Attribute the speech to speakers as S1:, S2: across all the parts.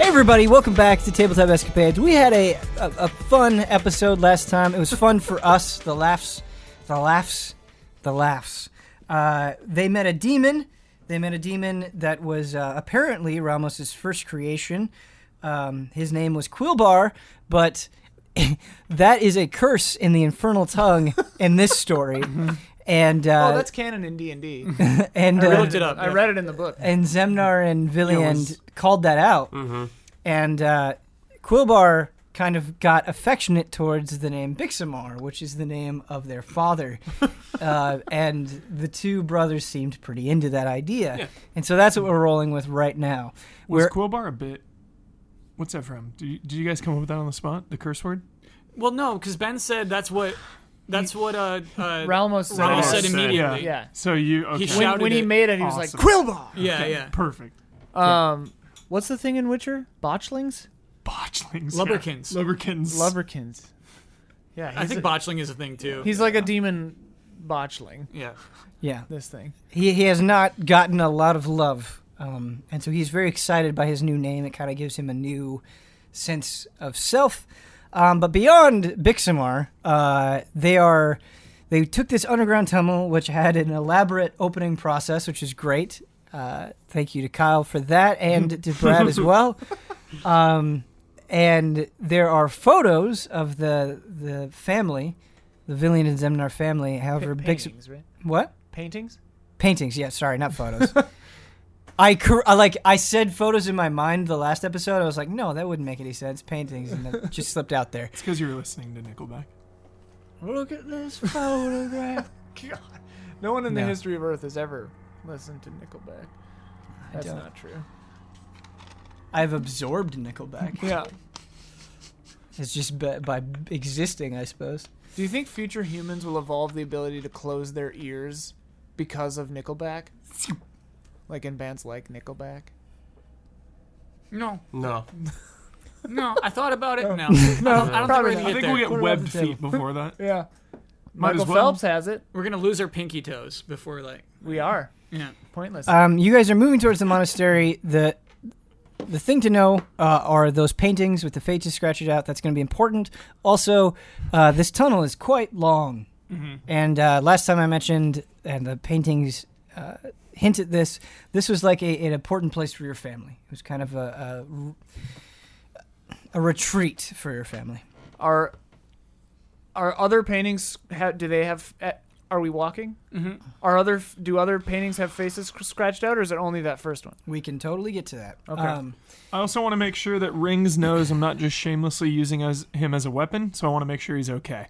S1: everybody, welcome back to Tabletop Escapades. We had a, a, a fun episode last time. It was fun for us. The laughs, the laughs, the laughs. Uh, they met a demon. They met a demon that was uh, apparently Ramos's first creation. Um, his name was Quillbar, but that is a curse in the infernal tongue in this story. And uh,
S2: Oh, that's canon in D and D.
S1: and
S2: I
S1: uh,
S2: looked it up. I read it in the book.
S1: and Zemnar and Villiand called that out. And uh, Quillbar kind of got affectionate towards the name Bixamar, which is the name of their father. uh, and the two brothers seemed pretty into that idea. And so that's what we're rolling with right now.
S3: Was
S1: We're,
S3: Quillbar a bit? What's that from? Did you, did you guys come up with that on the spot? The curse word?
S4: Well, no, because Ben said that's what that's what uh, uh
S2: Ramos said.
S4: Ramos
S2: it.
S4: said
S5: Said.
S4: immediately.
S2: Yeah.
S3: So you okay?
S4: He
S2: When,
S4: shouted
S2: when he
S4: it.
S2: made it, he was
S3: Awesome.
S2: like, "Quillbar."
S4: yeah, yeah.
S3: Perfect.
S2: Um, what's the thing in Witcher? Botchlings,
S3: Botchlings.
S4: Lubberkins.
S3: Yeah. Lubberkins.
S2: lubberkins. Yeah, he's
S4: I think
S2: a-
S4: botchling is a thing too.
S2: he's like a demon botchling.
S4: yeah.
S1: yeah.
S2: This thing.
S1: He, he has not gotten a lot of love. Um, and so he's very excited by his new name. It kind of gives him a new sense of self. Um, but beyond Bixamar, uh, they are they took this underground tunnel, which had an elaborate opening process, which is great. Uh, thank you to Kyle for that, and to Brad as well. Um, and there are photos of the the family, the Villian and Zemnar family. However,
S2: Pa-
S1: Bix
S2: paintings, right?
S1: what?
S2: Paintings.
S1: Paintings, yeah. Sorry, not photos. I cor- I, like I said photos in my mind the last episode. I was like, no, that wouldn't make any sense. Paintings, and that just slipped out there.
S3: It's because you were listening to Nickelback.
S2: Look at this photograph. God, no one in the
S1: No.
S2: history of Earth has ever listened to Nickelback. That's
S1: don't.
S2: not true.
S1: I've absorbed Nickelback.
S2: Yeah.
S1: It's just by, by existing, I suppose.
S2: Do you think future humans will evolve the ability to close their ears because of Nickelback? Like in bands like Nickelback?
S4: No,
S5: No.
S4: no. I thought about it. No, no. I don't, I don't think we're
S2: probably
S4: gonna
S2: not.
S3: I
S4: get
S3: think
S4: there.
S3: we'll get
S1: Put it on
S3: web
S1: the table.
S3: feet before that.
S2: Yeah.
S3: Might
S2: Michael
S3: as well.
S2: Phelps has it.
S4: We're gonna lose our pinky toes before like
S2: We are.
S4: yeah.
S2: Pointless.
S1: Um, you guys are moving towards the monastery. The the thing to know uh, are those paintings with the faces scratched out. That's going to be important. Also, uh, this tunnel is quite long.
S2: Mm-hmm.
S1: And uh, last time I mentioned, and the paintings uh, hint at this. This was like a, an important place for your family. It was kind of a a, a retreat for your family.
S2: are are other paintings ha- do they have eh, are we walking?
S4: Mhm.
S2: Are other f- do other paintings have faces sc- scratched out or is it only that first one?
S1: We can totally get to that. Um,
S2: Okay.
S3: I also want to make sure that Rings knows I'm not just shamelessly using as, him as a weapon. So I want to make sure he's okay.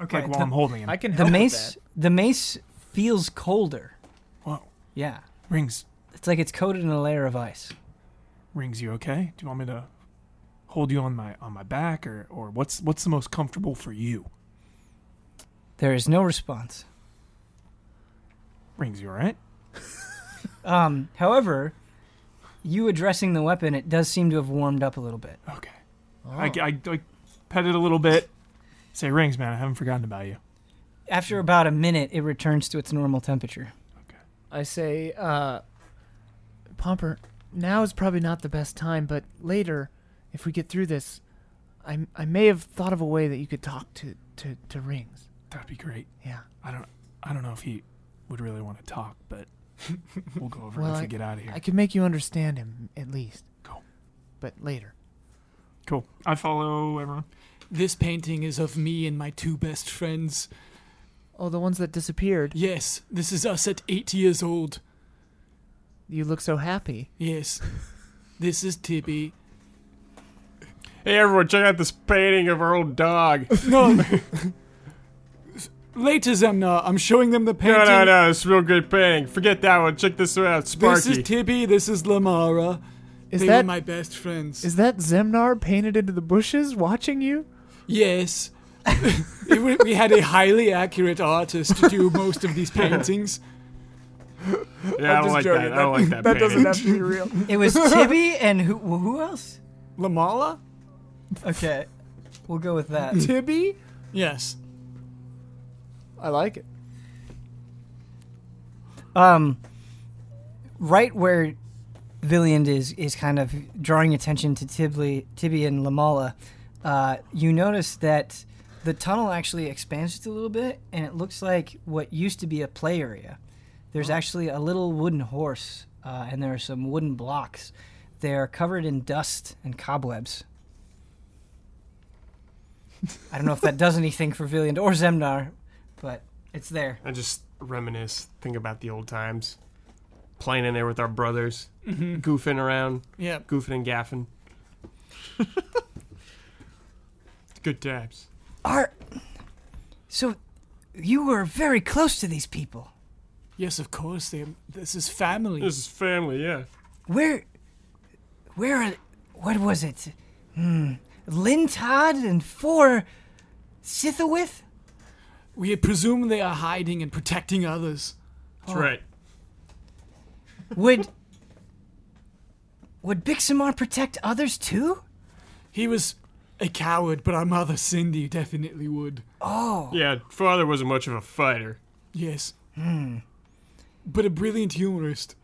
S1: okay.
S3: Like while I'm
S1: The,
S3: holding him.
S2: I can
S1: the
S2: help with
S1: mace the mace feels colder.
S3: Whoa.
S1: Yeah.
S3: Rings.
S1: It's like it's coated in a layer of ice.
S3: Rings. You okay? Do you want me to hold you on my on my back or or what's what's the most comfortable for you?
S1: There is no response.
S3: Rings. You all right?
S1: Um, however, you addressing the weapon, it does seem to have warmed up a little bit.
S3: Okay.
S2: Oh.
S3: I, I, I pet it a little bit. Say, Rings, man, I haven't forgotten about you.
S1: After about a minute, it returns to its normal temperature.
S2: I say uh Pomper, now is probably not the best time, but later if we get through this I I may have thought of a way that you could talk to to to rings.
S3: That'd be great.
S2: Yeah.
S3: I don't, I don't know if he would really want to talk, but we'll go over
S2: Well,
S3: it if
S2: I-
S3: we get out of here.
S2: I could make you understand him at least.
S3: Cool.
S2: But later.
S3: cool. I follow everyone.
S4: This painting is of me and my two best friends.
S2: Oh, the ones that disappeared.
S4: Yes, this is us at eight years old.
S2: You look so happy.
S4: Yes, this is Tibby.
S5: Hey everyone, check out this painting of our old dog.
S4: No. Later, Zemna. uh, I'm showing them the painting.
S5: No, no, no, it's a real good painting. Forget that one. Check this one out,
S4: This
S5: Sparky.
S4: is Tibby. This is Lamara.
S2: Is
S4: they
S2: that
S4: were my best friends.
S2: Is that Zemnar painted into the bushes watching you?
S4: yes. It wa- we had a highly accurate artist do most of these paintings.
S5: yeah, I don't like that. I don't like that, painting.
S2: to be real.
S1: It was Tibby and who, who else?
S4: Lamala?
S1: Okay, we'll go with that.
S2: Tibby?
S4: Yes.
S2: I like it.
S1: Um, right where Villiand is is kind of drawing attention to Tibli, Tibby and Lamala, uh, you notice that the tunnel actually expands just a little bit, and it looks like what used to be a play area. There's actually a little wooden horse, uh, and there are some wooden blocks. They're covered in dust and cobwebs. I don't know if that does anything for Villiand or Zemnar, but it's there.
S5: I just reminisce, think about the old times, playing in there with our brothers, goofing around,
S4: Yeah.
S5: goofing and gaffing. Good times.
S1: Art. So, you were very close to these people.
S4: Yes, of course. They, this is family.
S5: is family, yeah.
S1: Where, where, are- what was it? Hmm. Lintad and four Sithawith?
S4: we presume they are hiding and protecting others.
S5: That's right.
S1: Would, would Bixamar protect others too?
S4: He was a coward, but our mother Cindy definitely would.
S1: Oh,
S5: Yeah, father wasn't much of a fighter.
S4: Yes. But a brilliant humorist.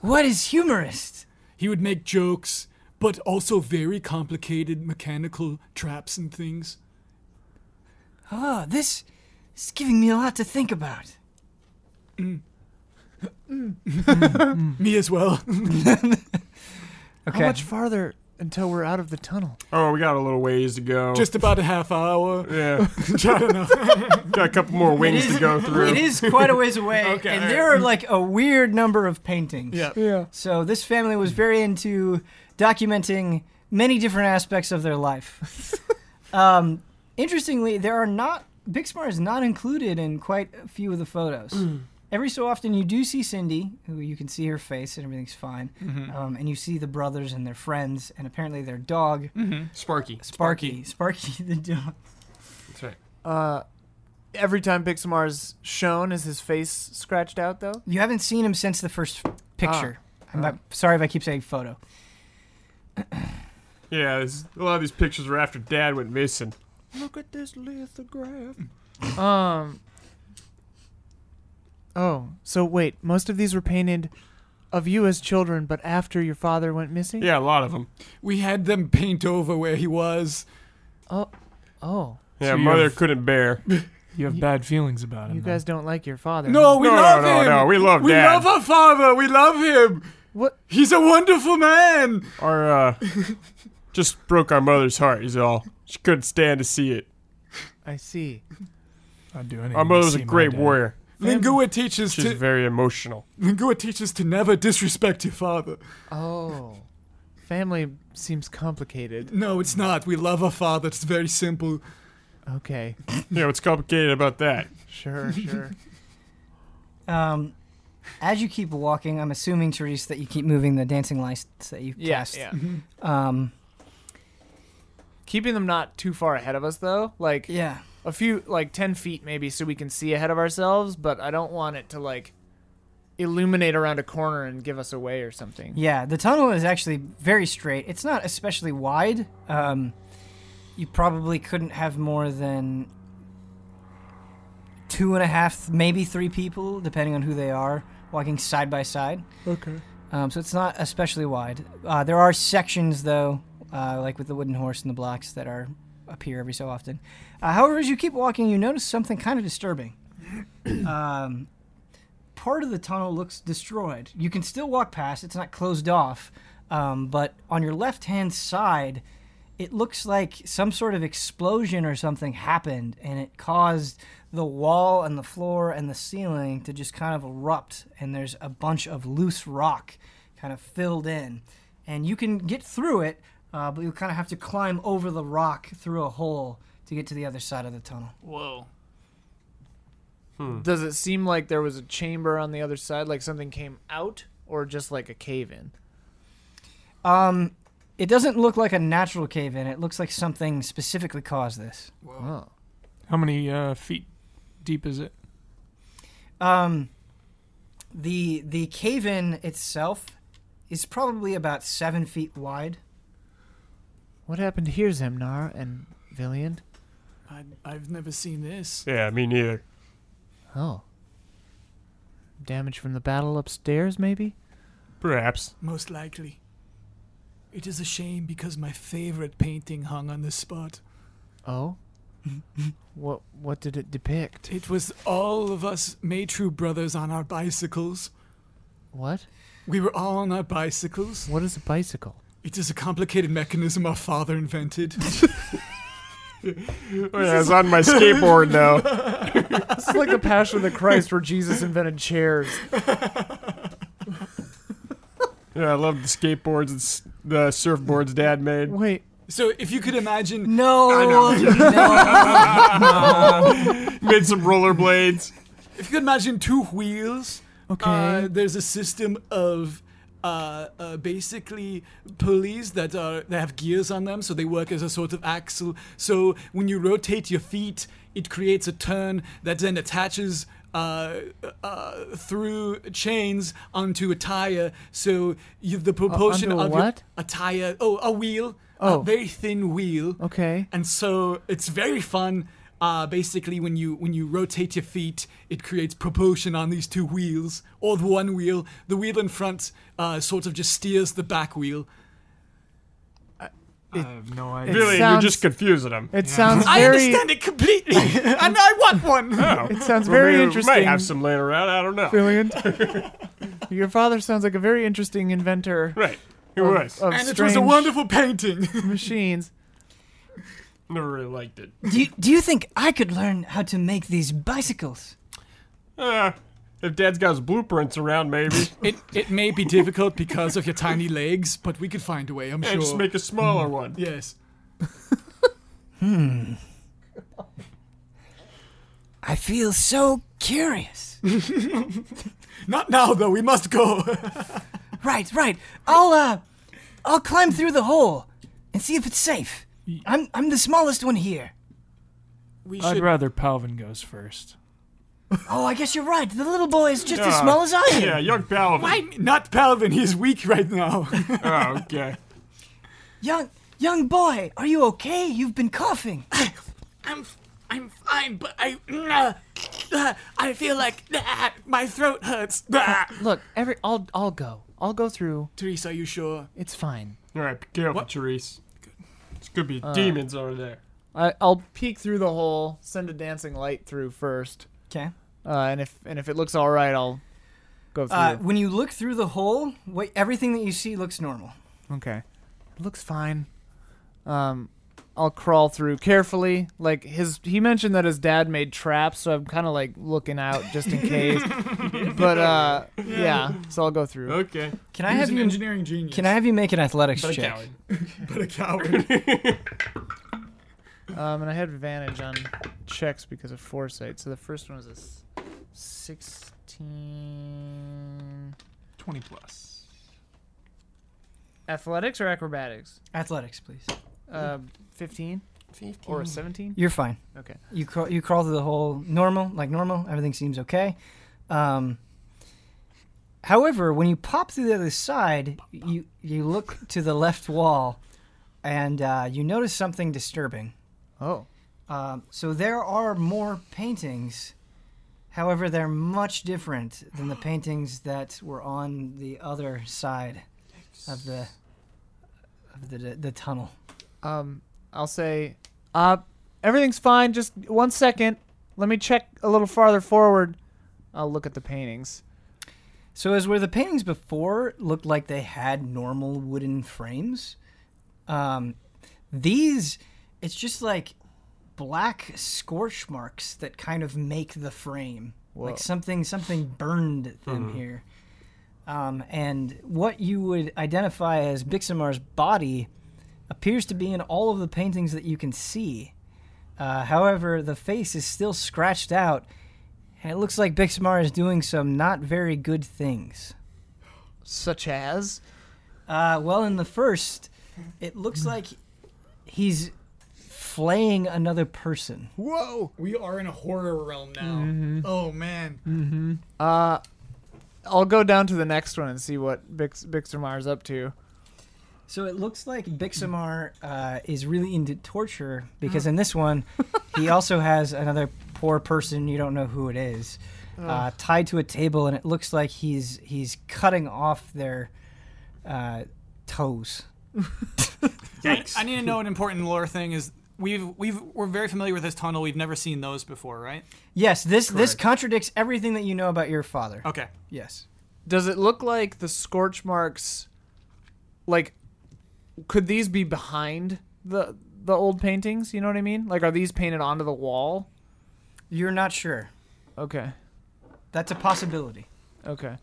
S1: what is humorist?
S4: He would make jokes, but also very complicated mechanical traps and things.
S1: Oh, this is giving me a lot to think about.
S4: Me as well.
S1: Okay.
S2: How much farther until we're out of the tunnel?
S5: Oh, we got a little ways to go.
S4: Just about a half hour.
S5: yeah, got a couple more wings to go through.
S1: It is quite a ways away,
S5: Okay,
S1: and
S5: all
S1: there are like a weird number of paintings.
S5: Yeah.
S2: Yeah.
S1: So this family was very into documenting many different aspects of their life. um, interestingly, there are not Bixmar is not included in quite a few of the photos. Every so often, you do see Cindy, who you can see her face and everything's fine,
S3: Mm-hmm.
S1: um, and you see the brothers and their friends, and apparently their dog
S3: Mm-hmm.
S5: Sparky.
S1: Sparky. Sparky, the dog.
S5: That's right.
S2: Uh, every time Bixamar's shown, is his face scratched out though?
S1: You haven't seen him since the first picture. I'm
S2: Ah.
S1: I'm sorry if I keep saying photo.
S5: Yeah, this, a lot of these pictures were after Dad went missing.
S2: Look at this lithograph. um. Oh, so wait. Most of these were painted of you as children, but after your father went missing.
S5: Yeah, a lot of them.
S4: We had them paint over where he was.
S2: Oh. Oh.
S5: Yeah,
S3: So you
S5: mother
S3: have-
S5: couldn't bear.
S3: You have bad feelings about him.
S2: You
S3: then.
S2: guys don't like your father.
S4: No, we
S5: no,
S4: love
S5: no,
S4: him.
S5: no, we love
S4: We
S5: Dad.
S4: love our father. We love him.
S2: What?
S4: He's a wonderful man.
S5: Our uh, just broke our mother's heart. Is all. She couldn't stand to see it.
S2: I see.
S3: I'd do anything.
S5: Our mother was
S3: to see
S5: a
S3: my
S5: great
S3: dad.
S5: warrior.
S4: Lingua teaches
S5: She's
S4: to
S5: very emotional.
S4: Lingua teaches to never disrespect your father.
S2: Oh. Family seems complicated.
S4: No, it's not. We love our father. It's very simple.
S2: Okay.
S5: Yeah, what's complicated about that?
S2: Sure. Sure.
S1: Um, as you keep walking, I'm assuming, Therese, that you keep moving the dancing lights that you cast. Um,
S2: Keeping them not too far ahead of us, though. Like
S1: yeah.
S2: a few, like ten feet maybe, so we can see ahead of ourselves. But I don't want it to like illuminate around a corner and give us away or something.
S1: Yeah. The tunnel is actually very straight. It's not especially wide. Um, you probably couldn't have more than two and a half, maybe three people, depending on who they are, walking side by side.
S4: Okay.
S1: Um, so it's not especially wide. Uh, there are sections, though, uh, like with the wooden horse and the blocks that are appear every so often. Uh, however, as you keep walking, you notice something kind of disturbing. um, part of the tunnel looks destroyed. You can still walk past; it's not closed off. Um, but on your left-hand side, it looks like some sort of explosion or something happened, and it caused the wall and the floor and the ceiling to just kind of erupt. And there's a bunch of loose rock kind of filled in, and you can get through it, uh, but you kind of have to climb over the rock through a hole to get to the other side of the tunnel.
S2: Whoa. Does it seem like there was a chamber on the other side, like something came out, or just like a cave in?
S1: Um, it doesn't look like a natural cave-in. It looks like something specifically caused this.
S2: Wow.
S3: How many uh, feet deep is it?
S1: Um, the the cave-in itself is probably about seven feet wide.
S2: What happened here, Zemnar and Villian?
S4: I, I've never seen this.
S5: Yeah, me neither.
S2: Oh. Damage from the battle upstairs, maybe?
S5: Perhaps.
S4: Most likely. It is a shame because my favorite painting hung on this spot.
S2: Oh? what what did it depict?
S4: It was all of us Matru brothers on our bicycles.
S2: What?
S4: We were all on our bicycles.
S2: What is a bicycle?
S4: It is a complicated mechanism our father invented.
S5: I was Oh, on my skateboard though.
S2: This is like the Passion of the Christ where Jesus invented chairs.
S5: Yeah, I love the skateboards and s- the surfboards Dad made.
S2: Wait,
S4: so if you could imagine
S1: No, no.
S5: made some rollerblades.
S4: if you could imagine two wheels
S2: okay.
S4: Uh, there's a system of uh, uh, basically pulleys that are that have gears on them, so they work as a sort of axle. So when you rotate your feet, it creates a turn that then attaches. Uh, uh, through chains onto a tire, so you, the propulsion
S2: onto a
S4: of
S2: what?
S4: Your, a tire, oh, a wheel,
S2: Oh.
S4: a very thin wheel,
S2: okay.
S4: and so it's very fun. Uh, basically, when you when you rotate your feet, it creates propulsion on these two wheels, or the one wheel. The wheel in front uh, sort of just steers the back wheel.
S3: I have no idea.
S2: It
S5: Really,
S2: sounds-
S5: you're just confusing them.
S2: It sounds
S4: I
S2: very
S4: understand it completely, and I want
S5: Oh.
S4: one.
S2: It sounds very interesting.
S5: Might have some laying around. I don't know.
S2: Brilliant. Your father sounds like a very interesting inventor
S5: Right. Who
S2: of,
S5: was?
S2: of
S4: And
S2: strange
S4: it was a wonderful painting.
S2: machines.
S5: Never really liked it.
S1: do, you, do you think I could learn how to make these bicycles?
S5: Uh, if Dad's got his blueprints around, maybe
S4: it it may be difficult because of your tiny legs, but we could find a way. I'm
S5: and just
S4: sure.
S5: make a smaller one.
S4: yes.
S1: I feel so curious.
S4: Not now though. We must go.
S1: Right, right. I'll uh, I'll climb through the hole and see if it's safe. I'm I'm the smallest one here.
S4: we
S3: I'd
S4: should.
S3: rather Palvin goes first.
S1: Oh, I guess you're right. The little boy is just as
S5: Yeah.
S1: small as I am.
S5: Yeah, young Paladin.
S4: I- not Palvin. He's weak right now.
S5: Oh, okay.
S1: Young young boy, are you okay? You've been coughing.
S4: I'm f- I'm fine, but I uh, I feel like my throat hurts.
S2: Look, every I'll I'll go. I'll go through.
S4: Teresa, are you sure?
S2: It's fine.
S5: All right, be careful,
S4: What?
S5: Therese. This could
S1: Uh.
S5: be demons over there.
S2: I, I'll peek through the hole. Send a dancing light through first.
S1: Okay.
S2: Uh, and if and if it looks all right, I'll go through.
S1: Uh, when you look through the hole, what, everything that you see looks normal.
S2: okay, it looks fine. Um, I'll crawl through carefully. Like his, he mentioned that his dad made traps, so I'm kind of like looking out just in case. but uh, yeah, so I'll go through.
S5: Okay.
S1: Can I have you?
S4: engineering genius.
S1: Can I have you make an athletics
S5: But a
S1: check?
S5: coward.
S4: But a coward.
S2: Um, and I had advantage on checks because of foresight. So the first one was a s- 16.
S3: 20 plus.
S2: Athletics or acrobatics?
S1: Athletics, please.
S2: Uh, 15 or 17?
S1: You're fine.
S2: Okay.
S1: You crawl, you crawl through the hole normal, like normal. Everything seems okay. Um, however, when you pop through the other side, you you look to the left wall, and uh, you notice something disturbing.
S2: Oh.
S1: Um, so there are more paintings. However, they're much different than the paintings that were on the other side of the of the the tunnel.
S2: Um, I'll say, uh, everything's fine. Just one second. Let me check a little farther forward. I'll look at the paintings.
S1: So as where the paintings before looked like they had normal wooden frames, um, these it's just like black scorch marks that kind of make the frame.
S2: Whoa.
S1: Like something something burned them here. Um, and what you would identify as Biximar's body appears to be in all of the paintings that you can see. Uh, however, the face is still scratched out, and it looks like Bixmar is doing some not very good things.
S2: Such as?
S1: Uh, well, in the first, it looks like he's flaying another person.
S2: Whoa!
S4: we are in a horror realm now. Oh man.
S2: Uh, I'll go down to the next one and see what Bix- Bixermar's up to.
S1: So it looks like Bixamar uh, is really into torture because in this one, he also has another poor person. You don't know who it is. uh, tied to a table, and it looks like he's he's cutting off their uh, toes.
S4: I,
S5: Yikes.
S4: I need to know an important lore thing is we've we've we're very familiar with this tunnel. We've never seen those before, right?
S1: Yes, this this contradicts everything that you know about your father.
S4: Okay.
S1: Yes.
S2: Does it look like the scorch marks? Like, could these be behind the the old paintings? You know what I mean? Like, are these painted onto the wall?
S1: You're not sure.
S2: Okay,
S1: That's a possibility.
S2: okay.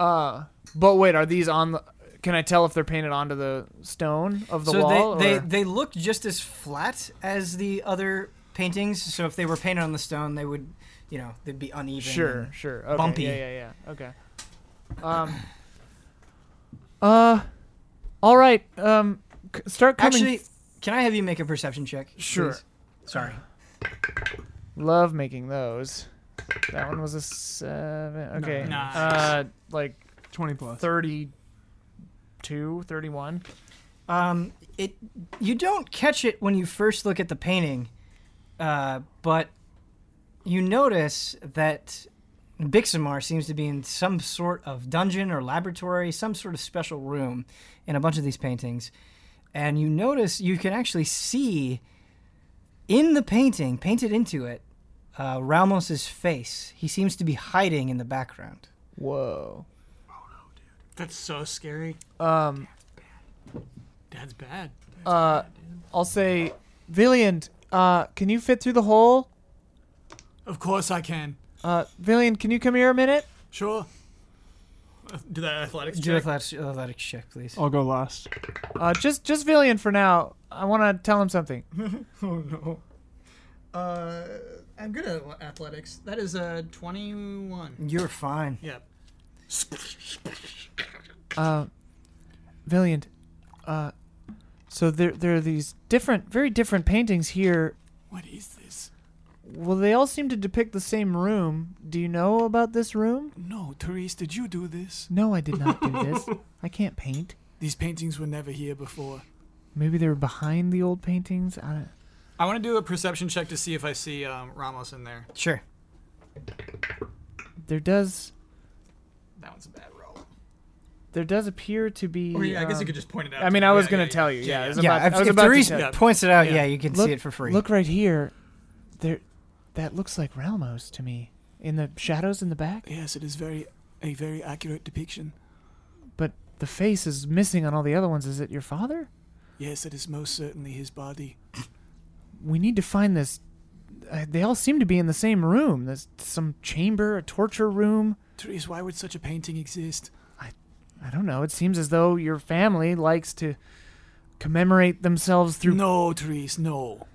S2: Uh, but wait, are these on the? Can I tell if they're painted onto the stone of the
S1: so
S2: wall?
S1: they,
S2: or-
S1: they they look just as flat as the other paintings. So if they were painted on the stone, they would, you know, they'd be uneven.
S2: Sure, sure. Okay,
S1: bumpy.
S2: Yeah, yeah, yeah. Okay. Um. Uh. All right. Um. C- start coming.
S1: Actually, can I have you make a perception check?
S2: Sure.
S1: please? Sorry.
S2: love making those. That one was a seven. Okay.
S4: Nice.
S2: Uh, like
S3: Twenty plus.
S2: 32, 31.
S1: Um, it you don't catch it when you first look at the painting, uh, but you notice that Bixamar seems to be in some sort of dungeon or laboratory, some sort of special room in a bunch of these paintings, and you notice you can actually see in the painting, painted into it, uh, Ramos's face. He seems to be hiding in the background.
S2: Whoa.
S4: That's so scary.
S2: Um.
S4: That's bad.
S2: Uh. I'll say, Villiand. Uh. Can you fit through the hole?
S4: Of course I can.
S2: Uh. Villiand, can you come here a minute?
S4: Sure. Uh, Do that athletics
S1: Do an
S4: check.
S1: athletics, athletics check, please.
S3: I'll go last.
S2: Uh. Just just Villian for now. I want to tell him something.
S4: Oh no. Uh, I'm good at athletics. That is uh, a 21.
S1: You're fine.
S4: Yeah.
S2: Uh, Valiant, uh, so there, there are these different, very different paintings here.
S4: What is this?
S2: Well, they all seem to depict the same room. Do you know about this room?
S4: No, Therese, did you do this?
S2: No, I did not do this. I can't paint.
S4: These paintings were never here before.
S2: Maybe they were behind the old paintings. I,
S4: I want to do a perception check to see if I see um, Ramos in there.
S1: Sure.
S2: there does,
S4: That one's a bad roll.
S2: there does appear to be.
S4: Or Oh, yeah, I guess you
S2: um,
S4: could just point it out.
S2: I mean, I was gonna tell you. Yeah, it was
S1: Yeah,
S2: about- I
S1: if,
S2: was
S1: if
S2: about to
S1: Therese
S2: tell-
S1: points it out, yeah,
S4: Yeah.
S1: you can
S2: Look-
S1: see it for free.
S2: Look right here. There, that looks like Ramos to me. In the shadows in the back.
S4: Yes, it is very a very accurate depiction.
S2: But the face is missing on all the other ones. Is it your father?
S4: Yes, it is most certainly his body.
S2: We need to find this. Uh, they all seem to be in the same room. There's some chamber, a torture room.
S4: Therese, why would such a painting exist?
S2: I don't know. It seems as though your family likes to commemorate themselves through.
S4: No, Therese, no. Oh,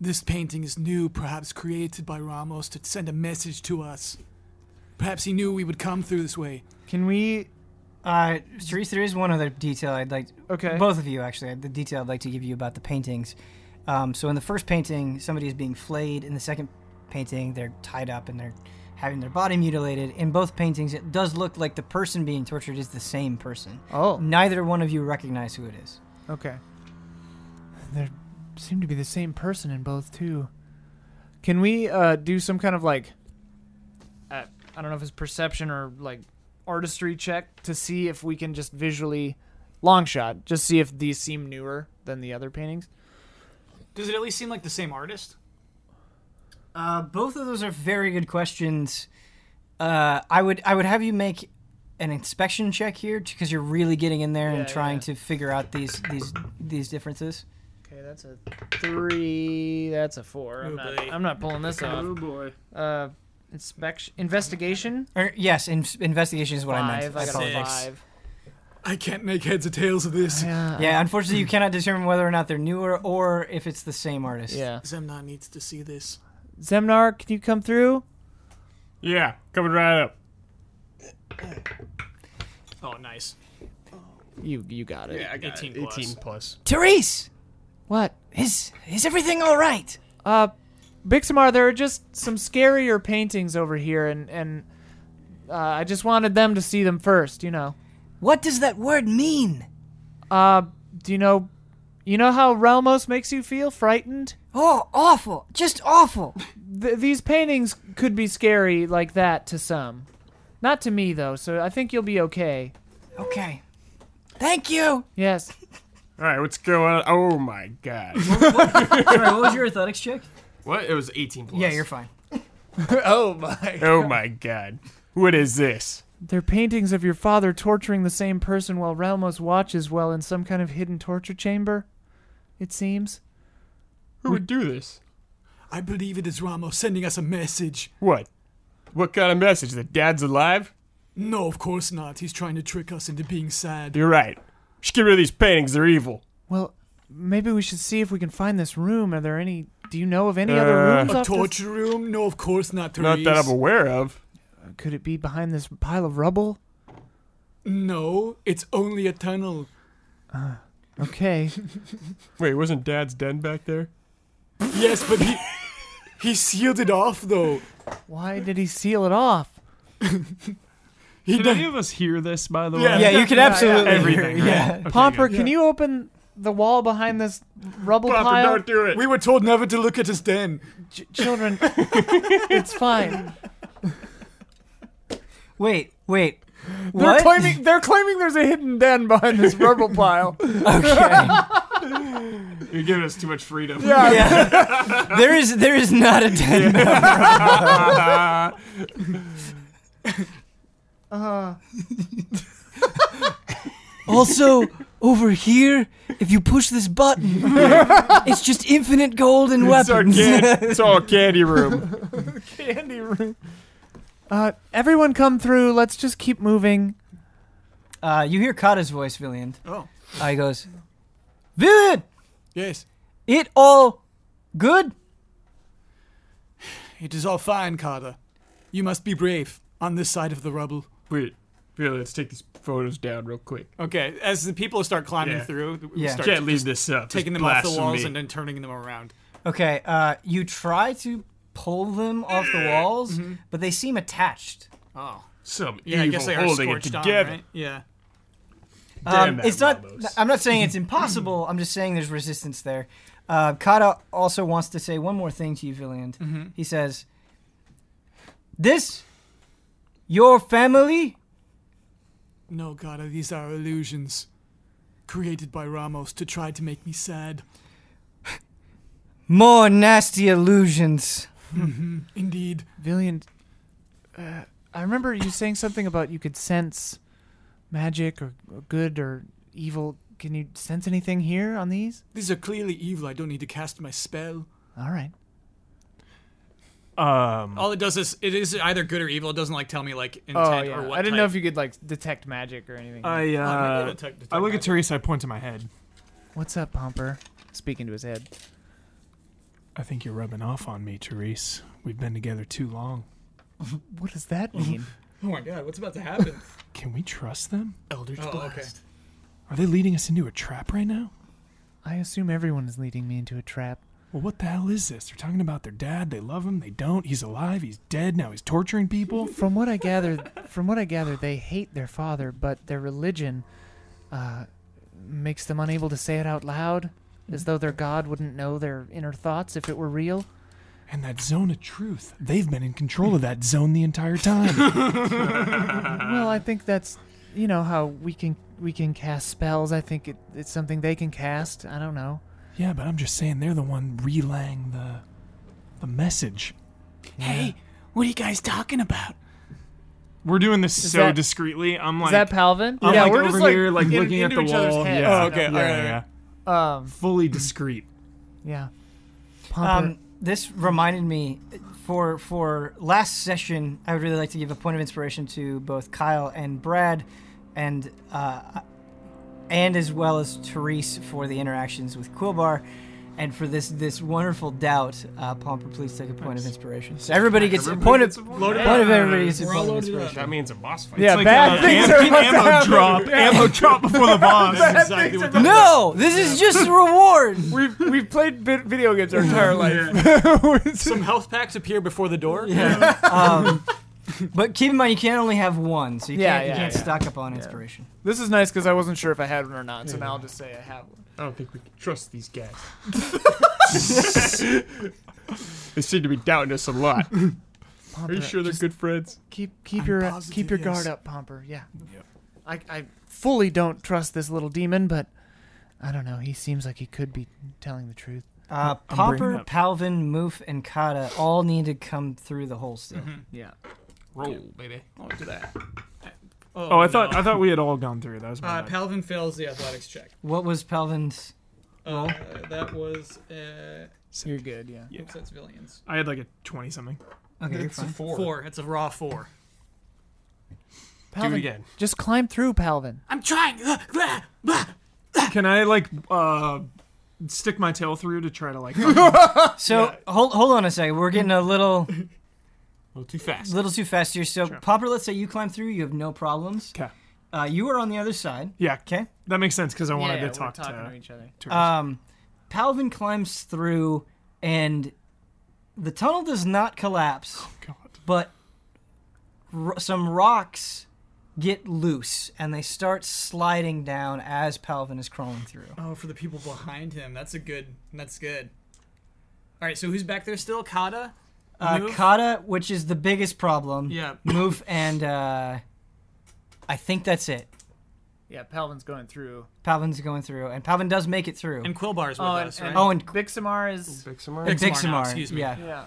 S4: This painting is new, perhaps created by Ramos to send a message to us. Perhaps he knew we would come through this way.
S2: Can we?
S1: Uh, Therese, there is one other detail I'd like.
S2: Okay.
S1: Both of you, actually, the detail I'd like to give you about the paintings. Um, so in the first painting, somebody is being flayed. In the second painting, they're tied up and they're having their body mutilated. In both paintings, it does look like the person being tortured is the same person.
S2: Oh,
S1: Neither one of you recognize who it is.
S2: okay. There seem to be the same person in both too. Can we uh, do some kind of like? Uh, I don't know if it's perception or like artistry check to see if we can just visually long shot just see if these seem newer than the other paintings.
S4: Does it at least seem like the same artist?
S1: Uh, both of those are very good questions. Uh, I would I would have you make an inspection check here because you're really getting in there
S2: Yeah,
S1: and
S2: yeah,
S1: trying
S2: yeah.
S1: to figure out these these these differences.
S2: Okay, that's a three. That's a four. I'm,
S4: Oh,
S2: not,
S4: boy.
S2: I'm not pulling this off.
S5: boy.
S2: Uh, inspection, investigation.
S1: Or, Er, yes, in, investigation is what I meant.
S2: Five. I, got a
S1: apologize.
S2: five.
S4: I can't make heads or tails of this.
S2: Yeah.
S1: Yeah, unfortunately, you cannot determine whether or not they're newer or if it's the same artist.
S2: Yeah.
S4: Zemna needs to see this.
S2: Zemnar, can you come through?
S5: Yeah, coming right up.
S4: Oh, nice.
S2: You you got it.
S5: Yeah, I got
S4: 18
S5: it.
S4: plus.
S5: 18 plus.
S1: Therese,
S2: What?
S1: is is everything all right?
S2: Uh, Bixamar, there are just some scarier paintings over here, and and uh, I just wanted them to see them first. You know.
S1: What does that word mean?
S2: Uh, do you know? You know how Relmos makes you feel frightened?
S1: Oh, awful! Just awful!
S2: th- these paintings could be scary like that to some. Not to me though, so I think you'll be okay.
S1: Okay. Thank you.
S2: Yes.
S5: All right, what's going on? Oh my god.
S1: Sorry, what was your athletics check?
S5: what? It was 18 plus.
S1: Yeah, you're fine.
S2: oh my.
S5: Oh my god. What is this?
S2: They're paintings of your father torturing the same person while Ramos watches while in some kind of hidden torture chamber, it seems.
S5: Who would do this?
S4: I believe it is Ramos sending us a message.
S5: What? What kind of message? That dad's alive?
S4: No, of course not. He's trying to trick us into being sad.
S5: You're right. Just get rid of these paintings. They're evil.
S2: Well, maybe we should see if we can find this room. Are there any do you know of any other
S5: Uh,
S2: rooms
S4: A
S2: off this-
S4: torture room? No, of course not,
S5: Not
S4: Therese.
S5: that I'm aware of.
S2: Could it be behind this pile of rubble?
S4: No, it's only a tunnel.
S2: Okay.
S5: Wait, wasn't dad's den back there?
S4: Yes, but he he sealed it off though.
S2: Why did he seal it off?
S4: He
S3: Did
S4: done-
S3: any of us hear this, by the
S4: Yeah.
S3: way?
S1: Yeah, you can
S2: yeah,
S1: absolutely.
S3: Everything. right?
S1: Yeah.
S3: Okay,
S2: Pomper,
S3: good.
S2: can you open the wall behind this rubble
S5: Papa,
S2: pile?
S5: don't do it.
S4: We were told never to look at his den.
S2: Ch- children, it's fine.
S1: Wait, wait.
S2: They're
S1: What?
S2: claiming they're claiming there's a hidden den behind this rubble pile.
S1: Okay.
S5: You're giving us too much freedom.
S2: Yeah.
S1: yeah. there is there is not a den.
S2: Uh,
S1: Also, over here, if you push this button, it's just infinite gold and
S5: It's, our
S1: weapons.
S5: can- it's all candy room.
S2: candy room. Uh, everyone come through. Let's just keep moving.
S1: uh, you hear Kata's voice, Villian.
S4: Oh,
S1: Uh, he goes, Villian,
S4: yes.
S1: it all good?
S4: It is all fine, Carter. You must be brave on this side of the rubble.
S5: Wait, Billy, let's take these photos down real quick.
S4: Okay, as the people start climbing
S5: Yeah.
S4: through, we
S1: Yeah.
S4: start
S5: Can't leave this up.
S4: taking
S5: Just
S4: them off the
S5: blasphemy.
S4: walls and then turning them around.
S1: Okay, uh, you try to pull them off the walls, but they seem attached.
S4: Oh,
S5: some
S4: yeah.
S5: evil
S4: I guess they are
S5: holding it
S4: scorched on,
S5: together.
S4: right? Yeah.
S5: Damn Um, that
S1: Um, it's not.
S5: Ramos.
S1: I'm not saying it's impossible. I'm just saying there's resistance there. Uh, Kata also wants to say one more thing to you, Villian.
S5: Mm-hmm.
S1: He says, "This, your family."
S4: No, Carter. These are illusions created by Ramos to try to make me sad.
S1: More nasty illusions.
S4: Indeed.
S2: Villian, uh, I remember you saying something about you could sense magic or, or good or evil. Can you sense anything here on these?
S4: These are clearly evil. I don't need to cast my spell.
S2: All right.
S3: Um,
S4: All it does is it is either good or evil. It doesn't like tell me like intent or what.
S2: Oh, I didn't know
S4: type.
S2: if you could like detect magic or anything.
S3: I
S4: I'm able
S3: uh,
S4: to detect- detect
S3: I look at
S4: magic.
S3: Teresa. I point to my head.
S2: What's up, Pomper? Speaking to his head.
S3: I think you're rubbing off on me, Therese. We've been together too long.
S2: What does that mean?
S4: Oh my god, what's about to happen? Oh,
S3: Can we trust them?
S4: Eldritch Blast.
S3: Are they leading us into a trap right now?
S2: I assume everyone is leading me into a trap.
S3: Well, what the hell is this? They're talking about their dad. They love him. They don't. He's alive. He's dead. Now he's torturing people.
S2: From what I gathered, from what I gather, they hate their father, but their religion uh, makes them unable to say it out loud, as though their god wouldn't know their inner thoughts if it were real.
S3: And that zone of truth. They've been in control of that zone the entire time.
S2: Well, I think that's you know how we can we can cast spells. I think it, it's something they can cast. I don't know.
S3: yeah, but I'm just saying they're the one relaying the the message.
S4: Hey, what are you guys talking about?
S5: We're doing this
S2: Is
S5: so
S2: that-
S5: discreetly. I'm
S2: Is
S5: like,
S2: that Palvin?
S5: I'm like over here, like looking at the wall. Yeah.
S4: Oh, okay,
S5: yeah,
S4: all right,
S5: yeah,
S4: all
S5: yeah.
S4: right.
S2: yeah. Um.
S5: Fully discreet.
S2: Yeah. Pomper.
S1: Um, this reminded me for for last session. I would really like to give a point of inspiration to both Kyle and Brad, and uh, and as well as Therese for the interactions with Quillbar, and for this this wonderful doubt. Uh, Pomper, please take a point of inspiration. So everybody gets a point of
S5: Loaded
S1: point of everybody gets a
S4: We're all
S1: point of
S4: loaded up.
S1: inspiration.
S5: Uh, That means a boss fight.
S2: Yeah,
S3: uh,
S2: bad things are about to
S5: ammo
S2: happen.
S5: drop. Ammo drop before the boss.
S4: Exactly what
S1: No, this is just a reward.
S2: We've we've played vi- video games our entire life.
S4: Some health packs appear before the door.
S1: um, But keep in mind, you can only have one, so you
S2: Yeah,
S1: can't, you
S2: yeah,
S1: can't
S5: yeah.
S1: stock up on inspiration.
S2: This is nice because I wasn't sure if I had one or not, so now I'll just say I have one.
S5: I don't think we can trust these guys. they seem to be doubting us a lot. Are you
S2: Pomper,
S5: sure they're good friends?
S2: Keep keep
S4: I'm
S2: your uh,
S4: positive,
S2: keep your guard
S4: yes.
S2: up, Pomper. Yeah.
S3: Yep.
S2: I I fully don't trust this little demon, but I don't know. He seems like he could be telling the truth.
S1: Uh,
S3: I'm bringing
S1: Popper,
S3: up-
S1: Palvin, Moof, and Kata all need to come through the hole still.
S2: Yeah.
S6: Roll, baby. I'll do that.
S3: Oh, I thought
S6: no.
S3: I thought we had all gone through. That was my
S6: Uh,
S3: bad.
S6: Palvin fails the athletics check.
S1: What was Palvin's?
S6: Uh, that was uh,
S2: You're good. Yeah.
S3: yeah.
S6: oops, that's villains.
S3: I had like a twenty something.
S1: Okay, you're
S6: It's a
S1: fine.
S6: four. Four. It's a raw four.
S5: Do it
S2: Palvin,
S5: again.
S2: just climb through, Palvin.
S4: I'm trying.
S3: Can I like uh stick my tail through to try to like?
S1: So hold hold on a second. We're getting a little
S6: A little too fast.
S1: little too fast here. So Popper, let's say you climb through. You have no problems.
S3: 'Kay.
S1: Uh, you are on the other side.
S3: yeah,
S1: Okay.
S3: that makes sense because I wanted to talk
S2: talking to
S3: to.
S2: each other.
S3: to
S1: Um, Palvin climbs through, and the tunnel does not collapse,
S3: God.
S1: but r- some rocks get loose and they start sliding down as Palvin is crawling through.
S6: Oh, for the people behind him. That's a good. That's good. All right. So who's back there still? Kata.
S1: Uh,
S6: Moof?
S1: Kata, which is the biggest problem.
S6: Yeah.
S1: Move and uh, I think that's it.
S2: Yeah, Palvin's going through.
S1: Palvin's going through, and Palvin does make it through.
S6: And Quillbar's with us, right?
S1: oh, and-
S2: Bixamar is.
S5: Bixamar?
S1: And
S6: Bixmar now,
S1: Bixmar,
S6: excuse me.
S1: Yeah.
S2: Yeah.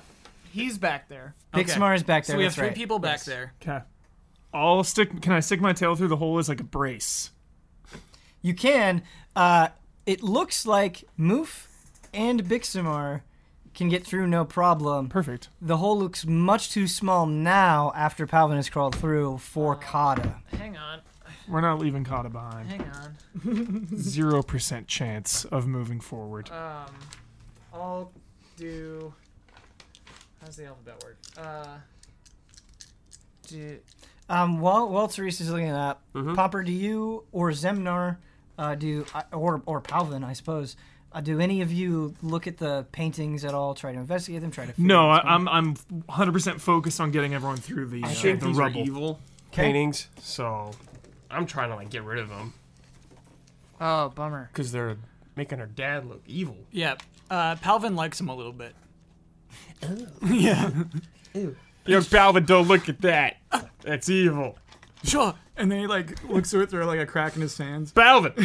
S2: He's back there.
S1: Big
S6: Okay.
S1: Smar is back there.
S6: so we have
S1: that's
S6: three
S1: right.
S6: people back there.
S3: Okay. I'll stick. Can I stick my tail through the hole as like a brace?
S1: You can. Uh, it looks like Moof and Bixamar can get through no problem.
S3: Perfect.
S1: The hole looks much too small now after Palvin has crawled through
S6: Uh,
S1: for Kata.
S2: Hang on.
S3: We're not leaving Kata behind.
S2: Hang on.
S3: Zero percent chance of moving forward.
S2: Um, I'll do. How's the alphabet work? Uh, do,
S1: Um, while while Teresa's looking it up, Popper, do you or Zemnar, uh, do or or Palvin, I suppose, uh, do any of you look at the paintings at all? Try to investigate them. Try to figure
S3: No,
S1: out what's
S3: I, I'm I'm 100% focused on getting everyone through the
S5: I
S3: uh,
S5: think
S3: the
S5: these
S3: rubble.
S5: are evil
S1: Okay.
S5: paintings, so I'm trying to like get rid of them
S2: oh, bummer.
S5: because they're making her dad look evil.
S6: Yeah. Uh, Palvin likes him a little bit.
S5: Yo, Balvin, don't look at that. That's evil.
S4: Sure. And then he like looks through it through like a crack in his hands.
S5: Balvin!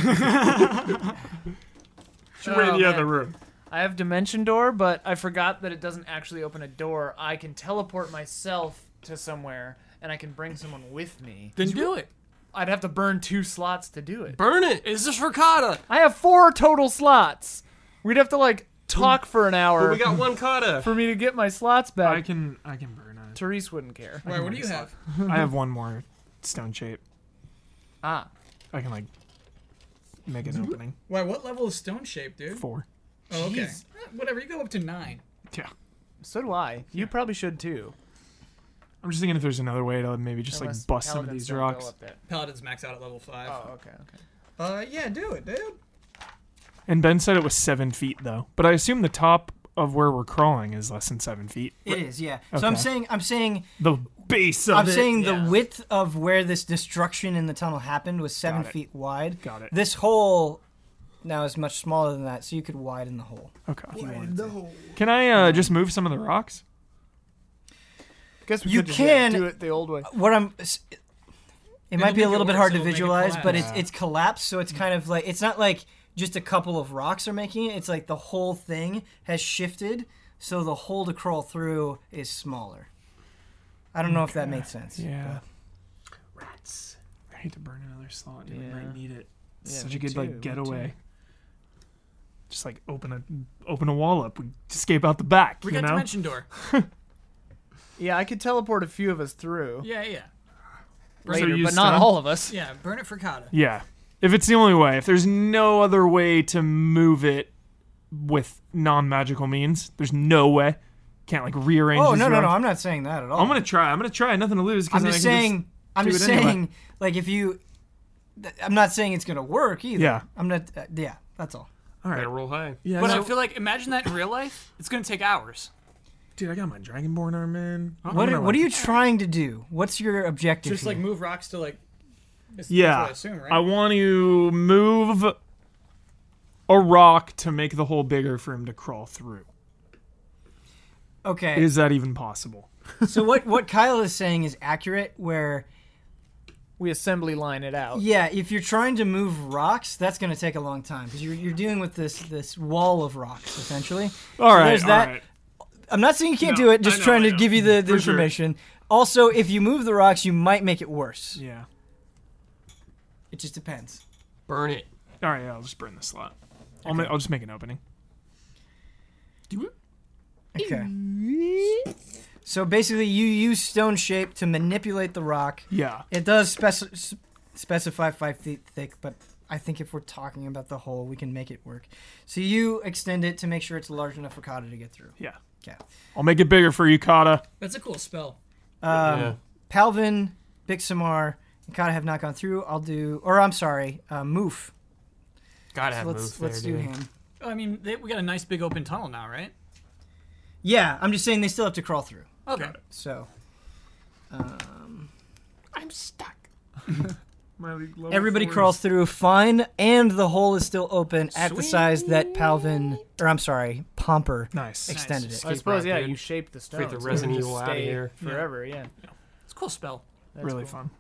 S5: she ran
S2: Oh,
S5: the other
S2: man.
S5: room.
S2: I have Dimension Door, but I forgot that it doesn't actually open a door. I can teleport myself to somewhere, and I can bring someone with me.
S6: Then do it.
S2: I'd have to burn two slots to do it.
S6: Burn it. Is this for Kata?
S2: I have four total slots. We'd have to like talk for an hour
S5: We got one kata.
S2: for me to get my slots
S3: I
S2: back.
S3: can I can burn it.
S2: Therese wouldn't care.
S6: Wait, what do you have?
S3: I have one more stone shape.
S2: Ah,
S3: I can like make an opening.
S6: Why? What level is stone shape, dude?
S3: Four.
S6: Oh, okay.
S2: Jeez.
S6: Eh, Whatever. You go up to nine.
S3: Yeah.
S2: so do I. You probably should too.
S3: I'm just thinking if there's another way to maybe just
S2: unless
S3: like bust some of
S2: paladins
S3: these
S2: don't go
S3: rocks.
S2: up there.
S6: Paladins max out at level five.
S2: Oh, okay, okay.
S6: Uh, yeah. Do it, dude.
S3: And Ben said it was seven feet though, but I assume the top of where we're crawling is less than seven feet.
S1: It is, yeah. So I'm
S3: Okay.
S1: saying, I'm saying,
S3: The base of
S1: I'm
S3: it.
S1: saying
S6: yeah.
S1: the width of where this destruction in the tunnel happened was seven
S3: Got it.
S1: feet wide.
S3: Got it.
S1: This hole now is much smaller than that, so you could widen the hole.
S3: okay.
S1: if you wanted to.
S3: Can I uh, just move some of the rocks?
S2: Guess we
S1: You
S2: could just, yeah,
S1: can-
S2: do it the old way.
S1: What I'm, s- it might be
S6: make
S1: a
S6: it
S1: little bit
S6: worse,
S1: hard to
S6: it'll make it
S1: visualize, but it's
S3: collapse.
S1: it's collapsed, so it's kind of like it's not like just a couple of rocks are making it. It's like the whole thing has shifted, so the hole to crawl through is smaller. I don't know if that makes sense.
S3: Yeah. Rats. I hate to burn another slot, dude.
S2: Yeah.
S3: I might need it. It's
S2: Yeah,
S3: Such
S2: me
S3: a good
S2: too,
S3: like
S2: me
S3: getaway. Just like open a open a wall up. We escape out the back.
S6: We
S3: you
S6: got
S3: know.
S6: dimension door.
S2: Yeah, I could teleport a few of us through
S6: Yeah, yeah,
S3: So
S2: later,
S3: you
S2: but not
S3: stun?
S2: all of us.
S6: yeah. Burn it for Kata.
S3: Yeah. If it's the only way, if there's no other way to move it with non-magical means, there's no way. Can't like rearrange.
S1: Oh
S3: these
S1: no no no!
S3: rocks.
S1: I'm not saying that at all.
S3: I'm gonna try. I'm gonna try. Nothing to lose. 'cause
S1: I'm
S3: then
S1: just
S3: I can
S1: saying. I'm
S3: do
S1: just
S3: it
S1: saying.
S3: anyway.
S1: Like if you, th- I'm not saying it's gonna work either.
S3: Yeah.
S1: I'm not. Uh, yeah. That's all.
S3: All right.
S5: Better roll high.
S3: Yeah.
S6: But
S3: so-
S6: I feel like imagine that in real life, it's gonna take hours.
S3: Dude, I got my Dragonborn arm, man. I
S1: What
S3: don't
S1: are,
S3: know,
S1: what are
S3: like-
S1: you trying to do? What's your objective?
S6: Just like
S1: here?
S6: move rocks to like. That's,
S3: Yeah,
S6: That's what I assume, right?
S3: I want to move a rock to make the hole bigger for him to crawl through.
S1: okay.
S3: Is that even possible?
S1: so what what Kyle is saying is accurate. Where
S2: We assembly line it out.
S1: yeah, if you're trying to move rocks, that's going to take a long time because you're you're dealing with this this wall of rocks essentially.
S3: All right,
S1: there's
S3: all
S1: that.
S3: right.
S1: I'm not saying you can't
S3: No,
S1: do it. Just
S3: I know,
S1: trying
S3: I
S1: to
S3: know.
S1: give you the, the
S3: For sure.
S1: information. Also, if you move the rocks, you might make it worse.
S3: Yeah.
S1: It just depends.
S5: Burn it.
S3: All right, yeah, I'll just burn the slot. I'll, ma- I'll just make an opening.
S1: Okay. So basically, you use stone shape to manipulate the rock.
S3: Yeah.
S1: It does speci- s- specify five feet thick, but I think if we're talking about the hole, we can make it work. So you extend it to make sure it's large enough for Kata to get through.
S3: Yeah.
S1: Okay.
S3: I'll make it bigger for you, Kata.
S6: That's a cool spell.
S1: Um,
S5: Yeah.
S1: Palvin, Bixamar, and Kata have not gone through. I'll do, or I'm sorry, uh, Moof.
S5: Gotta
S1: So
S5: have
S1: let's
S5: move there,
S1: let's do
S5: dude.
S1: him.
S6: I mean, they, we got a nice big open tunnel now, right?
S1: Yeah, I'm just saying they still have to crawl through.
S6: Okay.
S1: So
S5: I'm stuck.
S1: everybody crawls through fine, and the hole is still open at the
S5: Sweet.
S1: size that Palvin, or I'm sorry, Pomper
S3: Nice.
S1: extended
S5: Nice.
S1: it.
S2: I
S5: Escape
S2: suppose
S5: route,
S2: yeah.
S5: dude.
S2: You shape the stone.
S5: Get the resin evil out of here.
S2: forever. Yeah,
S6: It's a cool spell.
S2: That's
S3: really
S2: cool.
S3: fun.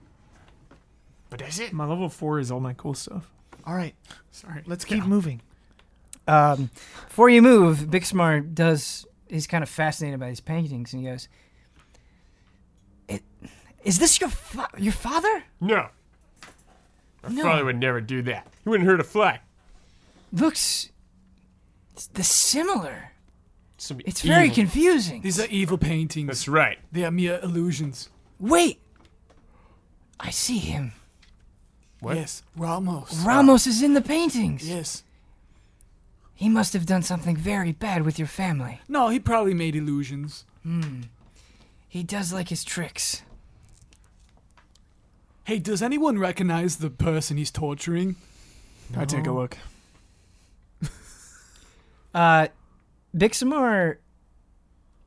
S5: But is it?
S3: My level four is all my cool stuff.
S2: All right,
S3: Sorry.
S2: let's keep moving.
S1: Um, before you move, Bixmar does. He's kind of fascinated by these paintings, and he goes, "It is this your fa- your father?
S5: No. My
S1: No.
S5: father would never do that. He wouldn't hurt a fly.
S1: Looks s- the similar.
S5: Some
S1: It's very
S5: evil-
S1: confusing.
S4: These are evil paintings.
S5: That's right.
S4: They are mere illusions.
S1: Wait, I see him.
S5: What?
S4: Yes, Ramos.
S1: Ramos is in the paintings.
S4: Yes.
S1: He must have done something very bad with your family.
S4: No, he probably made illusions.
S1: He does like his tricks.
S4: Hey, does anyone recognize the person he's torturing?
S3: I take a look.
S1: Uh, Bixamar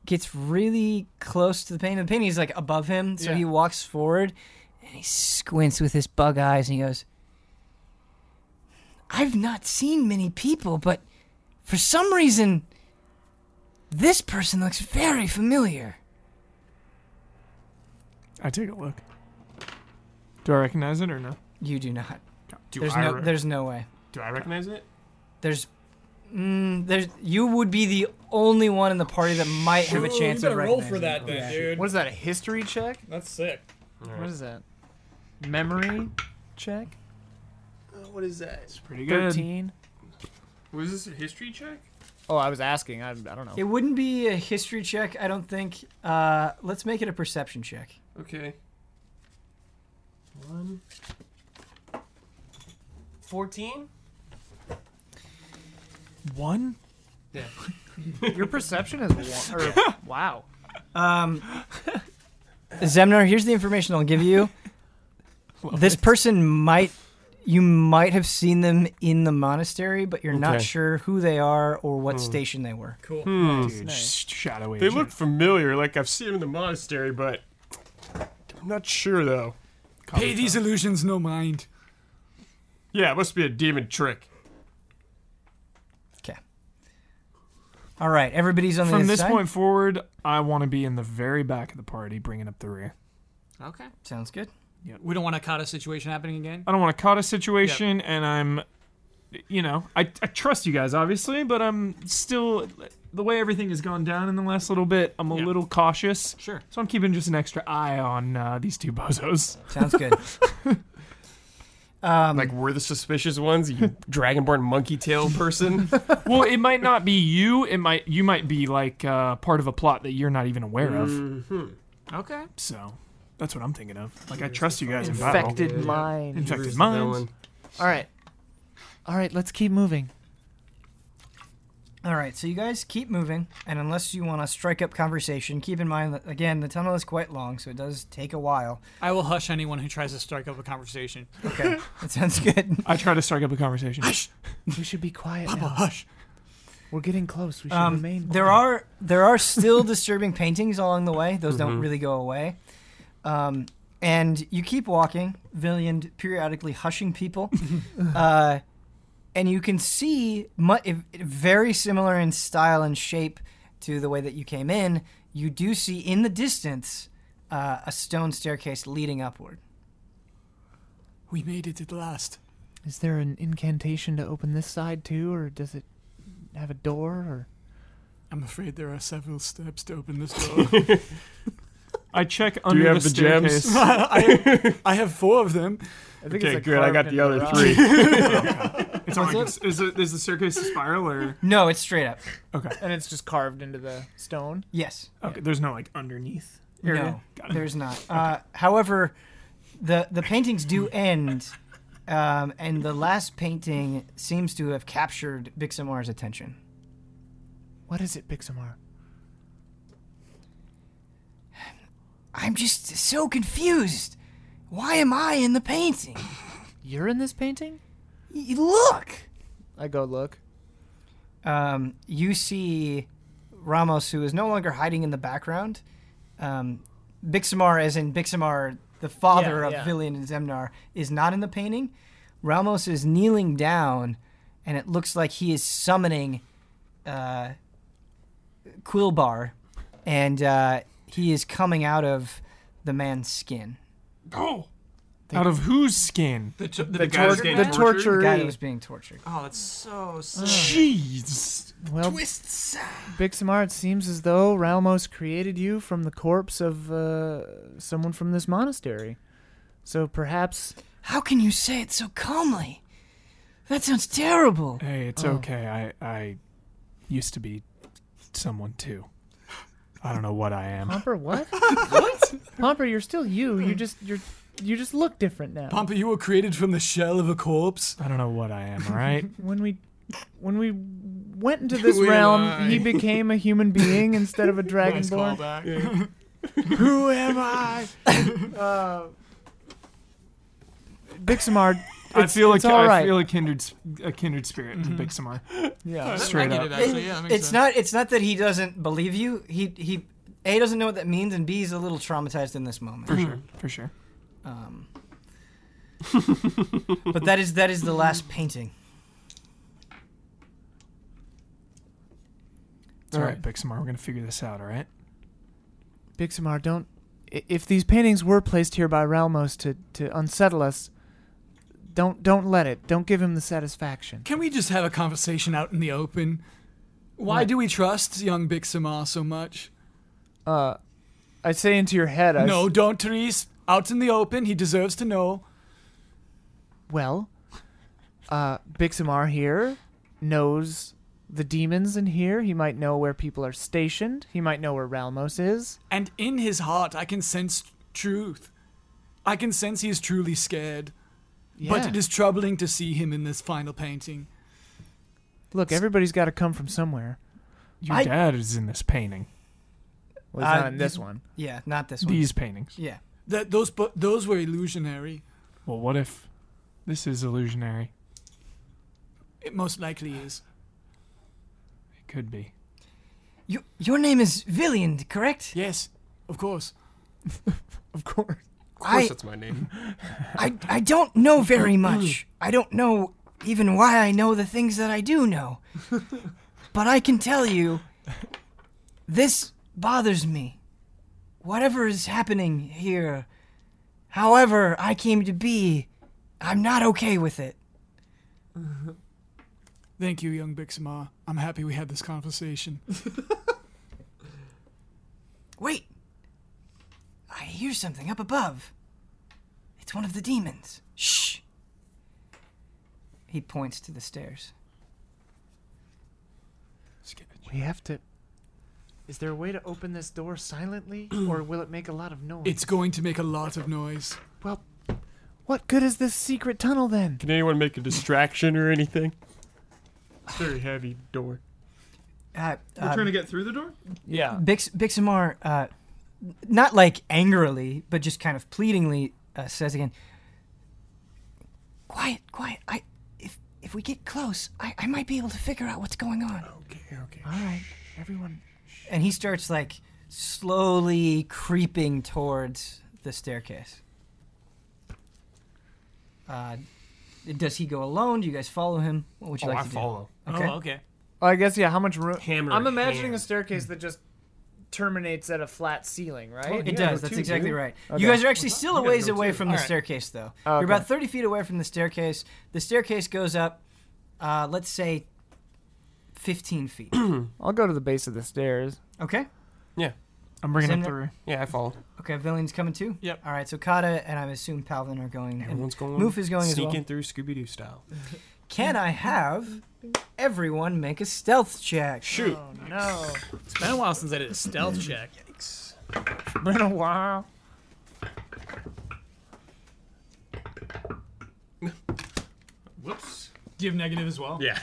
S1: gets really close to the painting. The painting's like above him, so
S2: Yeah.
S1: he walks forward and he squints with his bug eyes and he goes, I've not seen many people, but for some reason, this person looks very familiar.
S3: I take a look. Do I recognize it or no?
S1: You do not.
S5: Do
S1: There's
S5: I
S1: no.
S5: re-
S1: There's no way.
S5: do I recognize it?
S1: There's. Mm, there's. You would be the only one in the party that might have a chance
S6: Oh, you
S1: of
S6: better roll
S1: recognizing.
S6: for that then, dude.
S2: What is that? A history check?
S6: That's sick.
S2: What is that? Memory check?
S5: Uh, What is that? It's pretty
S2: Thirteen.
S5: Was this a history check?
S2: Oh, I was asking. I, I don't know.
S1: It wouldn't be a history check, I don't think. Uh, let's make it a perception check.
S5: Okay. One. Fourteen?
S3: One?
S2: Your perception is one, or, wow.
S1: Um, Zemnar, here's the information I'll give you. this person might, you might have seen them in the monastery, but you're not
S5: Okay.
S1: sure who they are or what
S3: Hmm.
S1: station they were.
S6: Cool.
S3: Dude, sh- shadow
S5: They
S3: agent.
S5: look familiar, like I've seen them in the monastery, but I'm not sure though.
S4: Pay these illusions no mind.
S5: Yeah, it must be a demon trick.
S1: Okay. All right, everybody's on the
S3: From
S1: other
S3: this
S1: side?
S3: point forward, I want to be in the very back of the party, bringing up the rear.
S6: Okay.
S1: Sounds good.
S6: We don't want a kata situation happening again.
S1: Uh,
S3: I don't want to cut a situation, and I'm, you know, I, I trust you guys obviously, but I'm still the way everything has gone down in the last little bit. I'm a
S6: Yeah.
S3: little cautious,
S6: Sure.
S3: so I'm keeping just an extra eye on uh, these two bozos.
S1: Sounds good. um,
S5: Like we're the suspicious ones, you dragonborn monkey tail person.
S3: well, it might not be you. It might you might be like uh, part of a plot that you're not even aware of.
S5: Mm-hmm.
S6: Okay.
S3: So that's what I'm thinking of. Like I trust you guys in battle.
S2: Infected mind.
S3: Infected minds.
S2: All right. All right, let's keep moving.
S1: All right, so you guys keep moving, and unless you want to strike up conversation, keep in mind that again the tunnel is quite long, so it does take a while.
S6: I will hush anyone who tries to strike up a conversation.
S1: Okay, that sounds good.
S3: I try to strike up a conversation.
S2: We should be quiet now.
S4: Hush.
S2: We're getting close. We should
S1: Um,
S2: remain.
S1: there
S2: quiet.
S1: are there are still disturbing paintings along the way. Those
S2: Mm-hmm.
S1: don't really go away. Um, and you keep walking, Villiand periodically hushing people, uh, and you can see mu- if- very similar in style and shape to the way that you came in. You do see in the distance uh, a stone staircase leading upward.
S4: We made it at last.
S2: Is there an incantation to open this side too, or does it have a door? Or
S4: I'm afraid there are several steps to open this door.
S3: I check
S5: Do
S3: under
S5: you have
S3: the
S5: the gems?
S3: staircase.
S4: I, I have four of them.
S2: I think
S5: Okay, good. I got the other three.
S3: It's on like, a- is, it, is the staircase a spiral or?
S1: No, it's straight up.
S2: and it's just carved into the stone.
S1: Yes.
S3: Okay, there's no like underneath.
S1: No, there's not. Uh, however, the the paintings do end, um, and the last painting seems to have captured Biximar's attention.
S2: What is it, Bixamar?
S1: I'm just so confused. Why am I in the painting?
S2: You're in this painting?
S1: Y- Look.
S2: I go look.
S1: Um, you see Ramos, who is no longer hiding in the background. Um, Bixamar, as in Bixamar, the father
S2: Yeah,
S1: of
S2: yeah.
S1: Villian and Zemnar, is not in the painting. Ramos is kneeling down, and it looks like he is summoning uh, Quillbar, and uh, he is coming out of the man's skin.
S3: Oh, out of whose skin?
S6: The, t- the,
S5: guys
S6: torture
S5: getting
S2: the
S6: map?
S1: The
S2: torture.
S1: guy that was being tortured.
S6: Oh, that's so
S3: Jeez.
S2: Well,
S6: twists.
S2: Bixamar, it seems as though Ramos created you from the corpse of uh, someone from this monastery. So perhaps
S1: How can you say it so calmly? That sounds terrible.
S3: Hey, it's
S2: Oh.
S3: okay. I I used to be someone too. I don't know what I am.
S2: Pomper, what? Pomper, you're still you.
S5: Hmm.
S2: You just you're you just look different now.
S4: Pompa, you were created from the shell of a corpse.
S3: I don't know what I am. All right.
S2: when we when we went into this
S6: We
S2: realm,
S6: lie.
S2: he became a human being instead of a
S6: Nice
S2: dragonborn.
S6: callback.
S2: Who am I? uh, Bixamar,
S3: I feel like
S2: it's all
S3: I
S2: right. Mm-hmm.
S3: feel a kindred s- a kindred spirit to Bixamar.
S2: yeah.
S6: That-
S3: Straight
S6: I get
S3: up.
S6: it, actually.
S1: It-
S6: Yeah, that makes
S1: it's
S6: sense.
S1: not. It's not that he doesn't believe you. He he. A doesn't know what that means, and B is a little traumatized in this moment.
S3: For sure. For sure.
S1: Um, but that is that is the last painting.
S3: It's all right, Bixamar. We're gonna figure this out. All right.
S2: Bixamar, don't. i- If these paintings were placed here by Ralmos to, to unsettle us, don't don't let it. Don't give him the satisfaction.
S4: Can we just have a conversation out in the open? Why
S2: What?
S4: do we trust young Bixamar so much?
S2: Uh, I say into your head. I s-
S4: No, don't, Therese. Out in the open, he deserves to know.
S2: Well, uh, Bixamar here knows the demons in here. He might know where people are stationed. He might know where Ralmos is.
S4: And in his heart, I can sense truth. I can sense he is truly scared. But
S2: Yeah.
S4: it is troubling to see him in this final painting.
S2: Look, everybody's got to come from somewhere.
S3: Your
S1: I-
S3: dad is in this painting.
S2: Well, he's
S1: Uh,
S2: not in this
S1: th-
S2: one.
S1: Yeah, not this one.
S3: These paintings.
S1: Yeah.
S4: That those bu- those were illusionary.
S3: Well, what if this is illusionary?
S4: It most likely is.
S3: It could be.
S1: You, your name is Villiand, correct?
S4: Yes, of course.
S2: Of course.
S5: Of course,
S1: I-
S5: that's my name.
S1: I I don't know very much. I don't know even why I know the things that I do know. but I can tell you, this bothers me. Whatever is happening here, however I came to be, I'm not okay with it.
S4: Thank you, young Bixamar. I'm happy we had this conversation.
S1: Wait! I hear something up above. It's one of the demons. Shh! He points to the stairs.
S2: We have to. Is there a way to open this door silently, or will it make a lot of noise?
S4: It's going to make a lot of noise.
S2: well. What good is this secret tunnel then?
S5: Can anyone make a distraction or anything? Very heavy door.
S1: Uh, uh,
S3: to get through the door.
S2: Yeah.
S1: Bix Bixamar, uh, not like angrily, but just kind of pleadingly, uh, says again, "Quiet, quiet. I, if if we get close, I, I might be able to figure out what's going on.
S5: Okay, okay.
S2: All right, everyone.
S1: And he starts like slowly creeping towards the staircase. Uh, does he go alone? Do you guys follow him? What would you
S5: oh,
S1: like
S5: I
S1: to
S5: follow.
S1: do? Okay.
S6: Oh, okay.
S2: Oh, I guess yeah. How much room?
S5: Hammer.
S2: I'm imagining a
S5: hand.
S2: staircase that just terminates at a flat ceiling, right?
S1: It does.
S5: Yeah, we're
S1: That's
S5: two,
S1: exactly
S5: dude.
S1: right.
S2: Okay.
S1: You guys are actually still a
S5: you guys
S1: ways
S5: go
S1: away
S5: too.
S1: from the
S6: Alright.
S1: staircase, though.
S2: Oh,
S1: You're
S2: okay.
S1: about 30 feet away from the staircase. The staircase goes up, uh, let's say, 15 feet.
S2: I'll go to the base of the stairs.
S1: okay?
S3: I'm bringing
S1: Send
S3: it
S1: it-
S3: through.
S5: Yeah, I follow.
S1: Okay, Villian's coming too?
S6: Yep.
S1: All right, so Kata and I assume Palvin are going. and
S5: Everyone's going.
S1: Moof is going as
S5: sneaking
S1: well.
S5: through Scooby Doo style.
S1: Can I have everyone make a stealth check?
S5: Shoot.
S2: Oh no!
S6: It's been a while since I did a stealth
S5: Mm.
S6: check.
S2: Been a while.
S5: Whoops.
S6: Do you have negative as well?
S5: Yeah.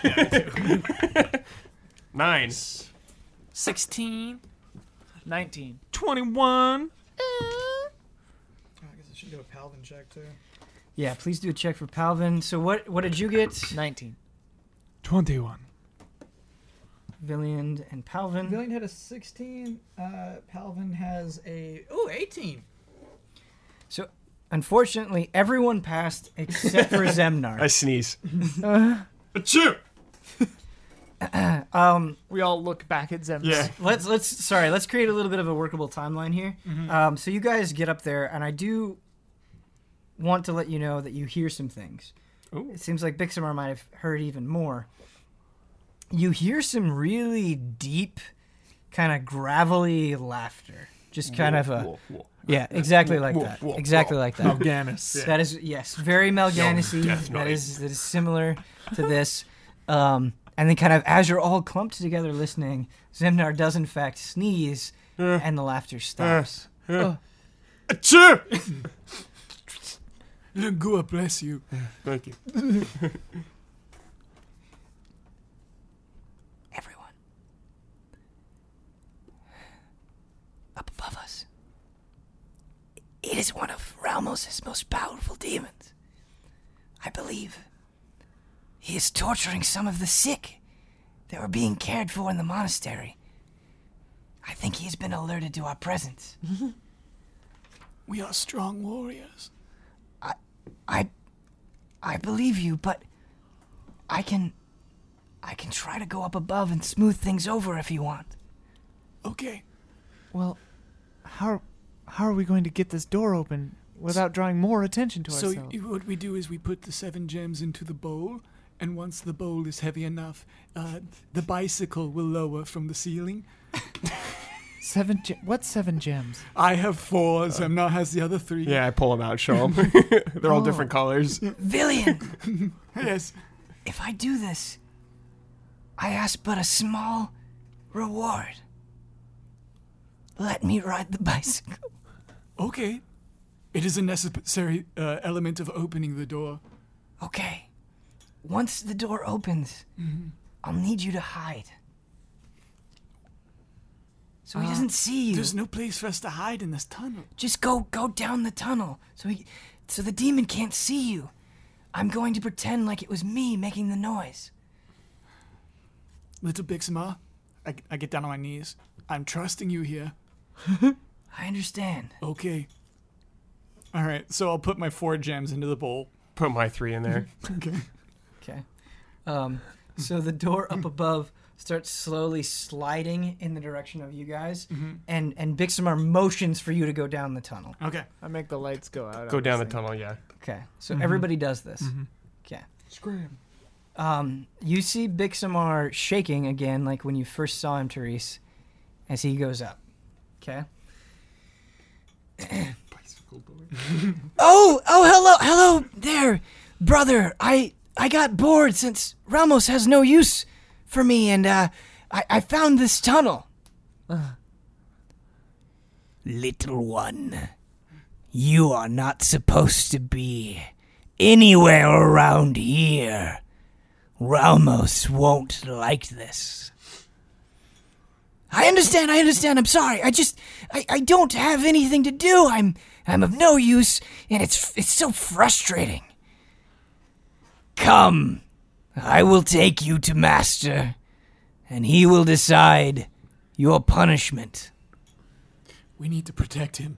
S5: Nine.
S6: 16.
S2: Nineteen.
S3: 21.
S6: I guess I should do a Paladin check too.
S1: Yeah, please do a check for Palvin. So what what did you get?
S2: Nineteen.
S3: 21.
S1: Villian and Palvin.
S6: Villian had a 16. Uh, Palvin has a. Ooh, 18.
S1: Unfortunately, everyone passed except for Zemnar.
S5: I sneeze. Shoot.
S1: Um,
S2: We all look back at Zemus.
S5: Yeah.
S1: let's let's sorry, let's create a little bit of a workable timeline here. Um, so you guys get up there, and I do want to let you know that you hear some things.
S5: Ooh.
S1: It seems like Bixamar might have heard even more. You hear some really deep, kind of gravelly laughter. Just kind of a
S5: Whoa, whoa.
S1: yeah, exactly like
S5: whoa,
S1: that.
S5: whoa,
S1: exactly like that.
S3: Ganis.
S1: That is yes, very Malganisy.
S5: Yo, death
S1: That
S5: knight.
S1: is that is similar to this. Um, and then kind of as you're all clumped together listening, Zemnar does in fact sneeze
S5: Eh.
S1: and the laughter stops.
S5: Achoo!
S4: Lungua bless you.
S5: Thank you.
S1: Everyone. Up above us. It is one of Ramos' most powerful demons. I believe he is torturing some of the sick that were being cared for in the monastery. I think he has been alerted to our presence.
S4: We are strong warriors.
S1: I I believe you, but I can I can try to go up above and smooth things over if you want.
S4: Okay.
S2: Well, how how are we going to get this door open without drawing more attention to
S4: So
S2: ourselves?
S4: y- what we do is we put the seven gems into the bowl, and once the bowl is heavy enough, uh, the bicycle will lower from the ceiling.
S2: seven. Ge- what seven gems?
S4: I have four. Zemnar has the other three.
S5: Yeah, I pull them out, show them. They're all different colors.
S1: Villian,
S4: Yes.
S1: if I do this, I ask but a small reward. Let me ride the bicycle.
S4: Okay. It is a necessary uh, element of opening the door.
S1: Okay. Once the door opens, I'll need you to hide. So he doesn't see you.
S4: There's no place for us to hide in this tunnel.
S1: Just go go down the tunnel so he so the demon can't see you. I'm going to pretend like it was me making the noise.
S4: Little Bixima, I, I get down on my knees. I'm trusting you here.
S1: I understand.
S4: Okay. All right, so I'll put my four gems into the bowl.
S5: Put my three in there.
S4: Okay.
S1: Okay. Um so the door up above starts slowly sliding in the direction of you guys and and Bixamar motions for you to go down the tunnel.
S4: Okay.
S2: I make the lights go out.
S5: Go
S2: on
S5: down the
S2: this thing.
S5: tunnel, yeah.
S1: Okay. So everybody does this. Okay.
S4: Scram.
S1: Um, you see Bixamar shaking again, like when you first saw him, Therese, as he goes up. Okay. oh, oh, hello, hello there, brother. I I got bored since Ramos has no use for me, and uh, I I found this tunnel. Little one, you are not supposed to be anywhere around here. Ramos won't like this. I understand, I understand. I'm sorry. I just I, I don't have anything to do. I'm I'm of no use and it's it's so frustrating. Come. I will take you to Master, and he will decide your punishment.
S4: We need to protect him.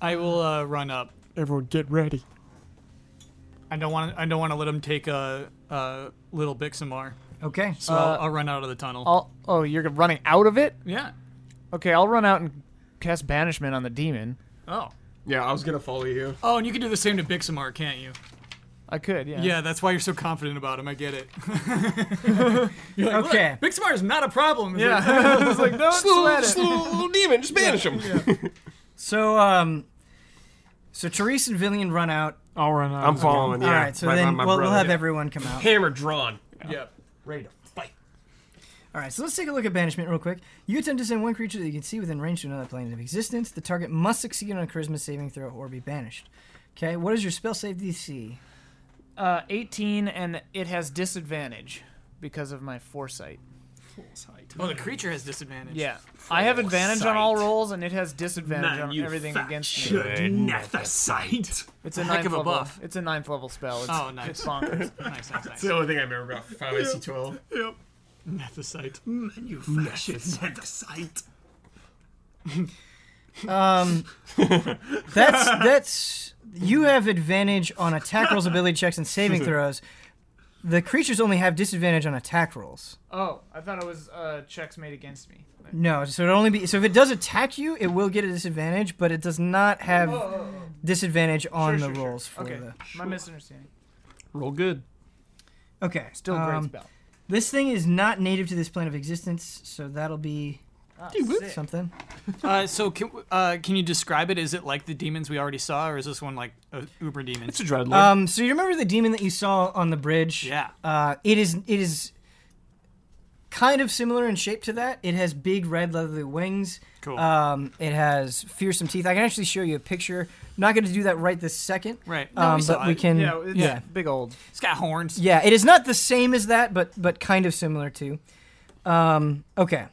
S6: I will uh, run up.
S3: Everyone, get ready.
S6: I don't want. I don't want to let him take a, a little Bixamar.
S1: Okay.
S6: So I'll, I'll run out of the tunnel.
S2: Uh, I'll, oh, you're running out of it?
S6: yeah.
S2: Okay, I'll run out and cast banishment on the demon.
S6: Oh.
S5: Yeah, I was gonna follow you.
S6: Oh, and you can do the same to Bixamar, can't you?
S2: I could, yeah.
S6: Yeah, that's why you're so confident about him. I get it. You're like,
S1: Okay.
S6: Look, Bixamar is not a problem. Yeah.
S2: It's like, don't sweat it.
S5: little demon, just banish him.
S1: So um, so Therese and Villian run out.
S3: I'll run out.
S5: I'm
S3: as well.
S5: following. Yeah.
S1: All right. So
S5: my- my-
S1: then
S5: my
S1: we'll, we'll
S5: brother.
S1: have everyone come out.
S5: hammer drawn,
S6: yeah.
S5: ready to fight.
S1: All right, so let's take a look at banishment real quick. You attempt to send one creature that you can see within range to another plane of existence. The target must succeed on a charisma saving throw or be banished. Okay, what is your spell save DC?
S2: Uh, 18, and it has disadvantage because of my foresight.
S6: Well, the creature has disadvantage.
S2: Yeah. I have advantage on all
S5: Foresight.
S2: rolls, and it has disadvantage
S5: Man,
S2: on
S5: you
S2: everything
S5: fat
S2: against me.
S5: Good Nethersight.
S2: It's a
S6: Heck
S2: ninth
S6: of a
S2: level.
S6: buff.
S2: It's a ninth level spell. It's,
S6: Oh, nice.
S2: It's bonkers.
S6: Nice, nice, nice.
S5: It's the only thing I remember about Final Fantasy 12.
S6: Nethesite.
S5: Man, you Nethersight.
S1: Um, that's that's you have advantage on attack rolls, ability checks, and saving throws. The creatures only have disadvantage on attack rolls.
S2: oh, I thought it was uh, checks made against me.
S1: No, so it only be so if it does attack you, it will get a disadvantage, but it does not have
S2: Oh,
S1: disadvantage on
S2: Sure,
S1: the
S2: sure, sure.
S1: rolls for
S2: okay.
S1: the.
S2: My misunderstanding.
S3: Roll good.
S1: Okay,
S2: Still a great
S1: um,
S2: spell.
S1: This thing is not native to this plane of existence, so that'll be
S2: Ah, sick.
S1: something.
S6: Uh, so can uh, can you describe it? Is it like the demons we already saw, or is this one like a uber demon?
S3: It's a dreadlord.
S1: Um, so you remember the demon that you saw on the bridge?
S6: Yeah.
S1: Uh, it is it is kind of similar in shape to that. It has big red leathery wings.
S6: Cool.
S1: Um, it has fearsome teeth. I can actually show you a picture. I'm not going to do that right this second.
S6: right.
S1: um,
S6: saw
S1: but we
S6: it.
S1: can.
S2: Yeah, it's
S1: yeah.
S2: big old.
S6: It's got horns.
S1: Yeah, it is not the same as that, but but kind of similar to. Um, okay,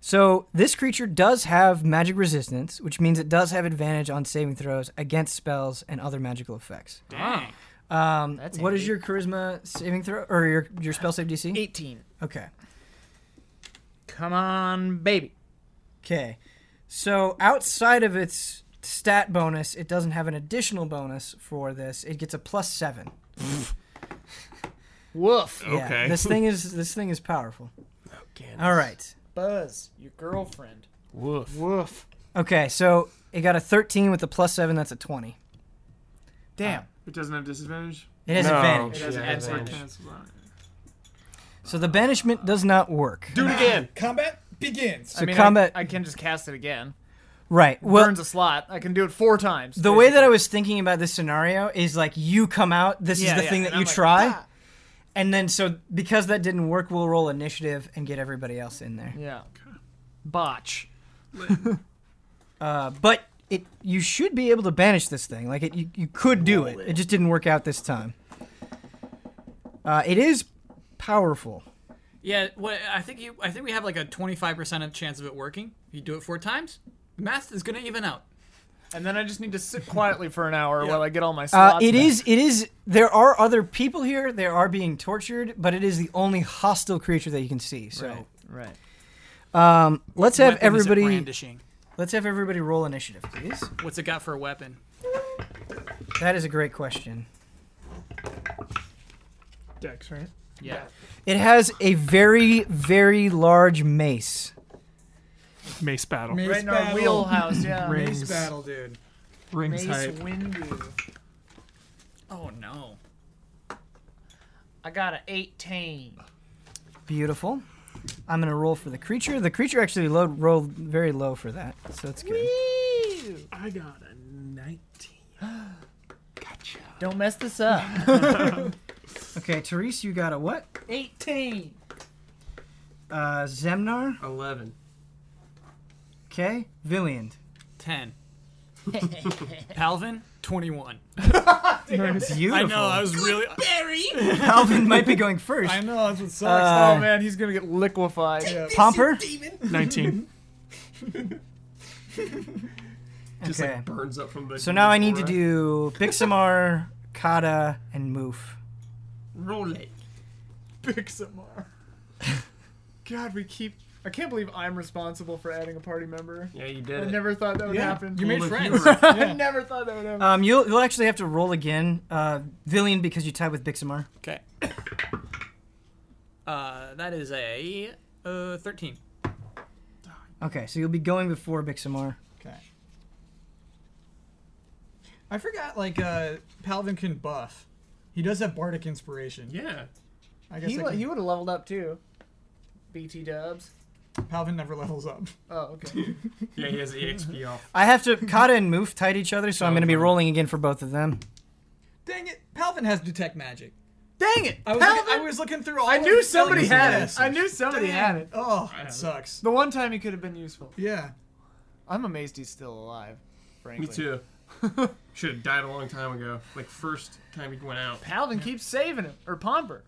S1: so this creature does have magic resistance, which means it does have advantage on saving throws against spells and other magical effects.
S6: Dang.
S1: Um,
S2: That's
S1: what is
S2: handy.
S1: your charisma saving throw or your your spell save DC?
S2: 18.
S1: Okay,
S2: Come on, baby.
S1: okay. So outside of its stat bonus, it doesn't have an additional bonus for this. It gets a plus seven.
S2: Woof.
S1: Yeah,
S5: Okay.
S1: this thing is this thing is powerful.
S5: Again.
S1: All right.
S2: Buzz, your girlfriend.
S5: Woof.
S2: Woof.
S1: Okay, so it got a 13 with a plus 7, that's a 20.
S2: Damn.
S3: it doesn't have disadvantage.
S1: It has
S5: No.
S1: advantage.
S5: has Yeah,
S3: Expert
S5: advantage.
S3: cancels out.
S1: So the banishment does not work.
S5: Do it again.
S6: Combat begins.
S1: So
S2: I mean,
S1: combat-
S2: I, I can just cast it again.
S1: Right. Well,
S2: Burns a slot. I can do it four times.
S1: the way that I was thinking about this scenario is like you come out, this
S2: Yeah,
S1: is the
S2: yeah,
S1: thing
S2: and
S1: that
S2: I'm
S1: you
S2: like,
S1: try.
S2: "Ah."
S1: And then so because that didn't work, we'll roll initiative and get everybody else in there.
S2: Yeah. Botch.
S1: Uh, but it you should be able to banish this thing. Like it you, you could do it. It just didn't work out this time. Uh, it is powerful.
S6: Yeah. What I think you. I think we have like a twenty five percent of chance of it working. If you do it four times, the math is gonna even out.
S2: And then I just need to sit quietly for an hour while I get all my
S1: Uh,
S2: slots.
S1: it
S2: back.
S1: is. It is. There are other people here. They are being tortured, but it is the only hostile creature that you can see. So,
S2: Right.
S1: um, let's have
S6: Weapons at
S1: everybody.
S6: brandishing.
S1: Let's have everybody roll initiative, please.
S6: What's it got for a weapon?
S1: That is a great question.
S3: Dex, right?
S2: Yeah.
S1: It has a very, very large mace.
S3: Mace battle.
S2: Right in our wheelhouse, yeah.
S3: Rings.
S6: dude.
S3: Rings
S2: Mace
S3: height.
S2: Windu.
S6: Oh no.
S2: I got an 18.
S1: Beautiful. I'm gonna roll for the creature. The creature actually low, rolled very low for that, so it's good.
S3: I got a 19.
S2: Don't mess this up.
S1: Okay, Therese, you got a what?
S2: 18.
S1: Uh, Zemnar.
S5: 11.
S1: Okay, Villiand.
S6: Ten. Palvin, twenty one.
S1: Beautiful.
S6: I know. I was really.
S1: Alvin might be going first.
S6: I know. That's what sucks.
S1: Uh,
S2: oh man, he's gonna get liquefied.
S1: Pomper.
S3: 19.
S5: Just
S1: Okay.
S5: like burns up from the.
S1: So now I need to do Bixamar, Kata, and Moof.
S5: Roll it.
S2: Bixamar. God, we keep. I can't believe I'm responsible for adding a party member.
S5: Yeah, you
S2: I
S5: did
S2: never thought that would happen.
S7: You made
S8: Well, if
S7: friends.
S2: I never thought that would happen.
S1: Um, you'll, you'll actually have to roll again, uh, Villian, because you tied with Bixamar.
S7: Okay. Uh, that is a uh, 13.
S1: Okay, so you'll be going before Bixamar.
S4: Okay. I forgot, like, uh, Palvin can buff. He does have bardic inspiration.
S7: Yeah.
S4: I guess
S2: He,
S4: I
S2: wa-
S4: can-
S2: he would have leveled up too. BT dubs.
S4: Palvin never levels up.
S2: Oh, okay.
S5: Yeah, he has EXP off.
S1: I have to. Kata and Moof tied each other, so I'm going to be rolling again for both of them.
S4: Dang it! Palvin has detect magic.
S2: Dang it!
S4: I was, looking, I was looking through all.
S2: I
S4: of
S2: knew
S4: the
S2: somebody had it.
S4: spells.
S2: I knew somebody had it.
S4: Oh, it sucks.
S2: The one time he could have been useful.
S4: Yeah.
S2: I'm amazed he's still alive. Frankly.
S5: Me too. Should have died a long time ago. Like first time he went out.
S2: Palvin keeps saving him, or Pomper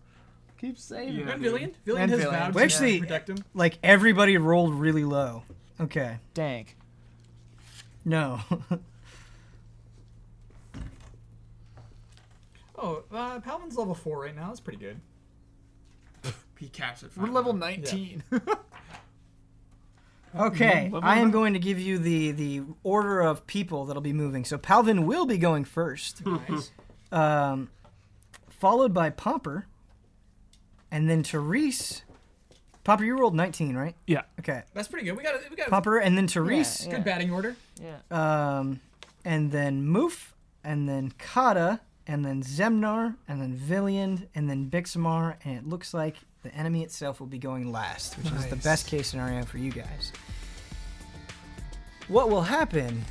S2: keeps saving him.
S5: Yeah,
S7: And
S5: dude.
S7: Villian?
S4: Villian
S2: And
S4: has
S2: Villian.
S4: vowed
S1: We
S4: to
S1: actually-
S4: protect him.
S1: Like, everybody rolled really low. Okay.
S2: Dank.
S1: No.
S4: Oh, uh, Palvin's level four right now. That's pretty good.
S5: He caps it.
S2: We're level 19.
S1: okay, I am going to give you the, the order of people that'll be moving. So Palvin will be going first,
S4: Nice.
S1: um, followed by Pomper, and then Therese. Pomper, you rolled 19, right?
S3: Yeah.
S1: Okay.
S7: That's pretty good. We got a, we got a
S1: Pomper, and then Therese.
S7: good batting order.
S1: um, and then Moof, and then Kata, and then Zemnar, and then Villiand, and then Bixmar, and it looks like the enemy itself will be going last, which is the best case scenario for you guys. What will happen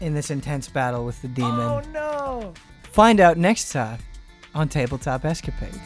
S1: in this intense battle with the demon?
S2: Oh, no!
S1: Find out next time on Tabletop Escapades.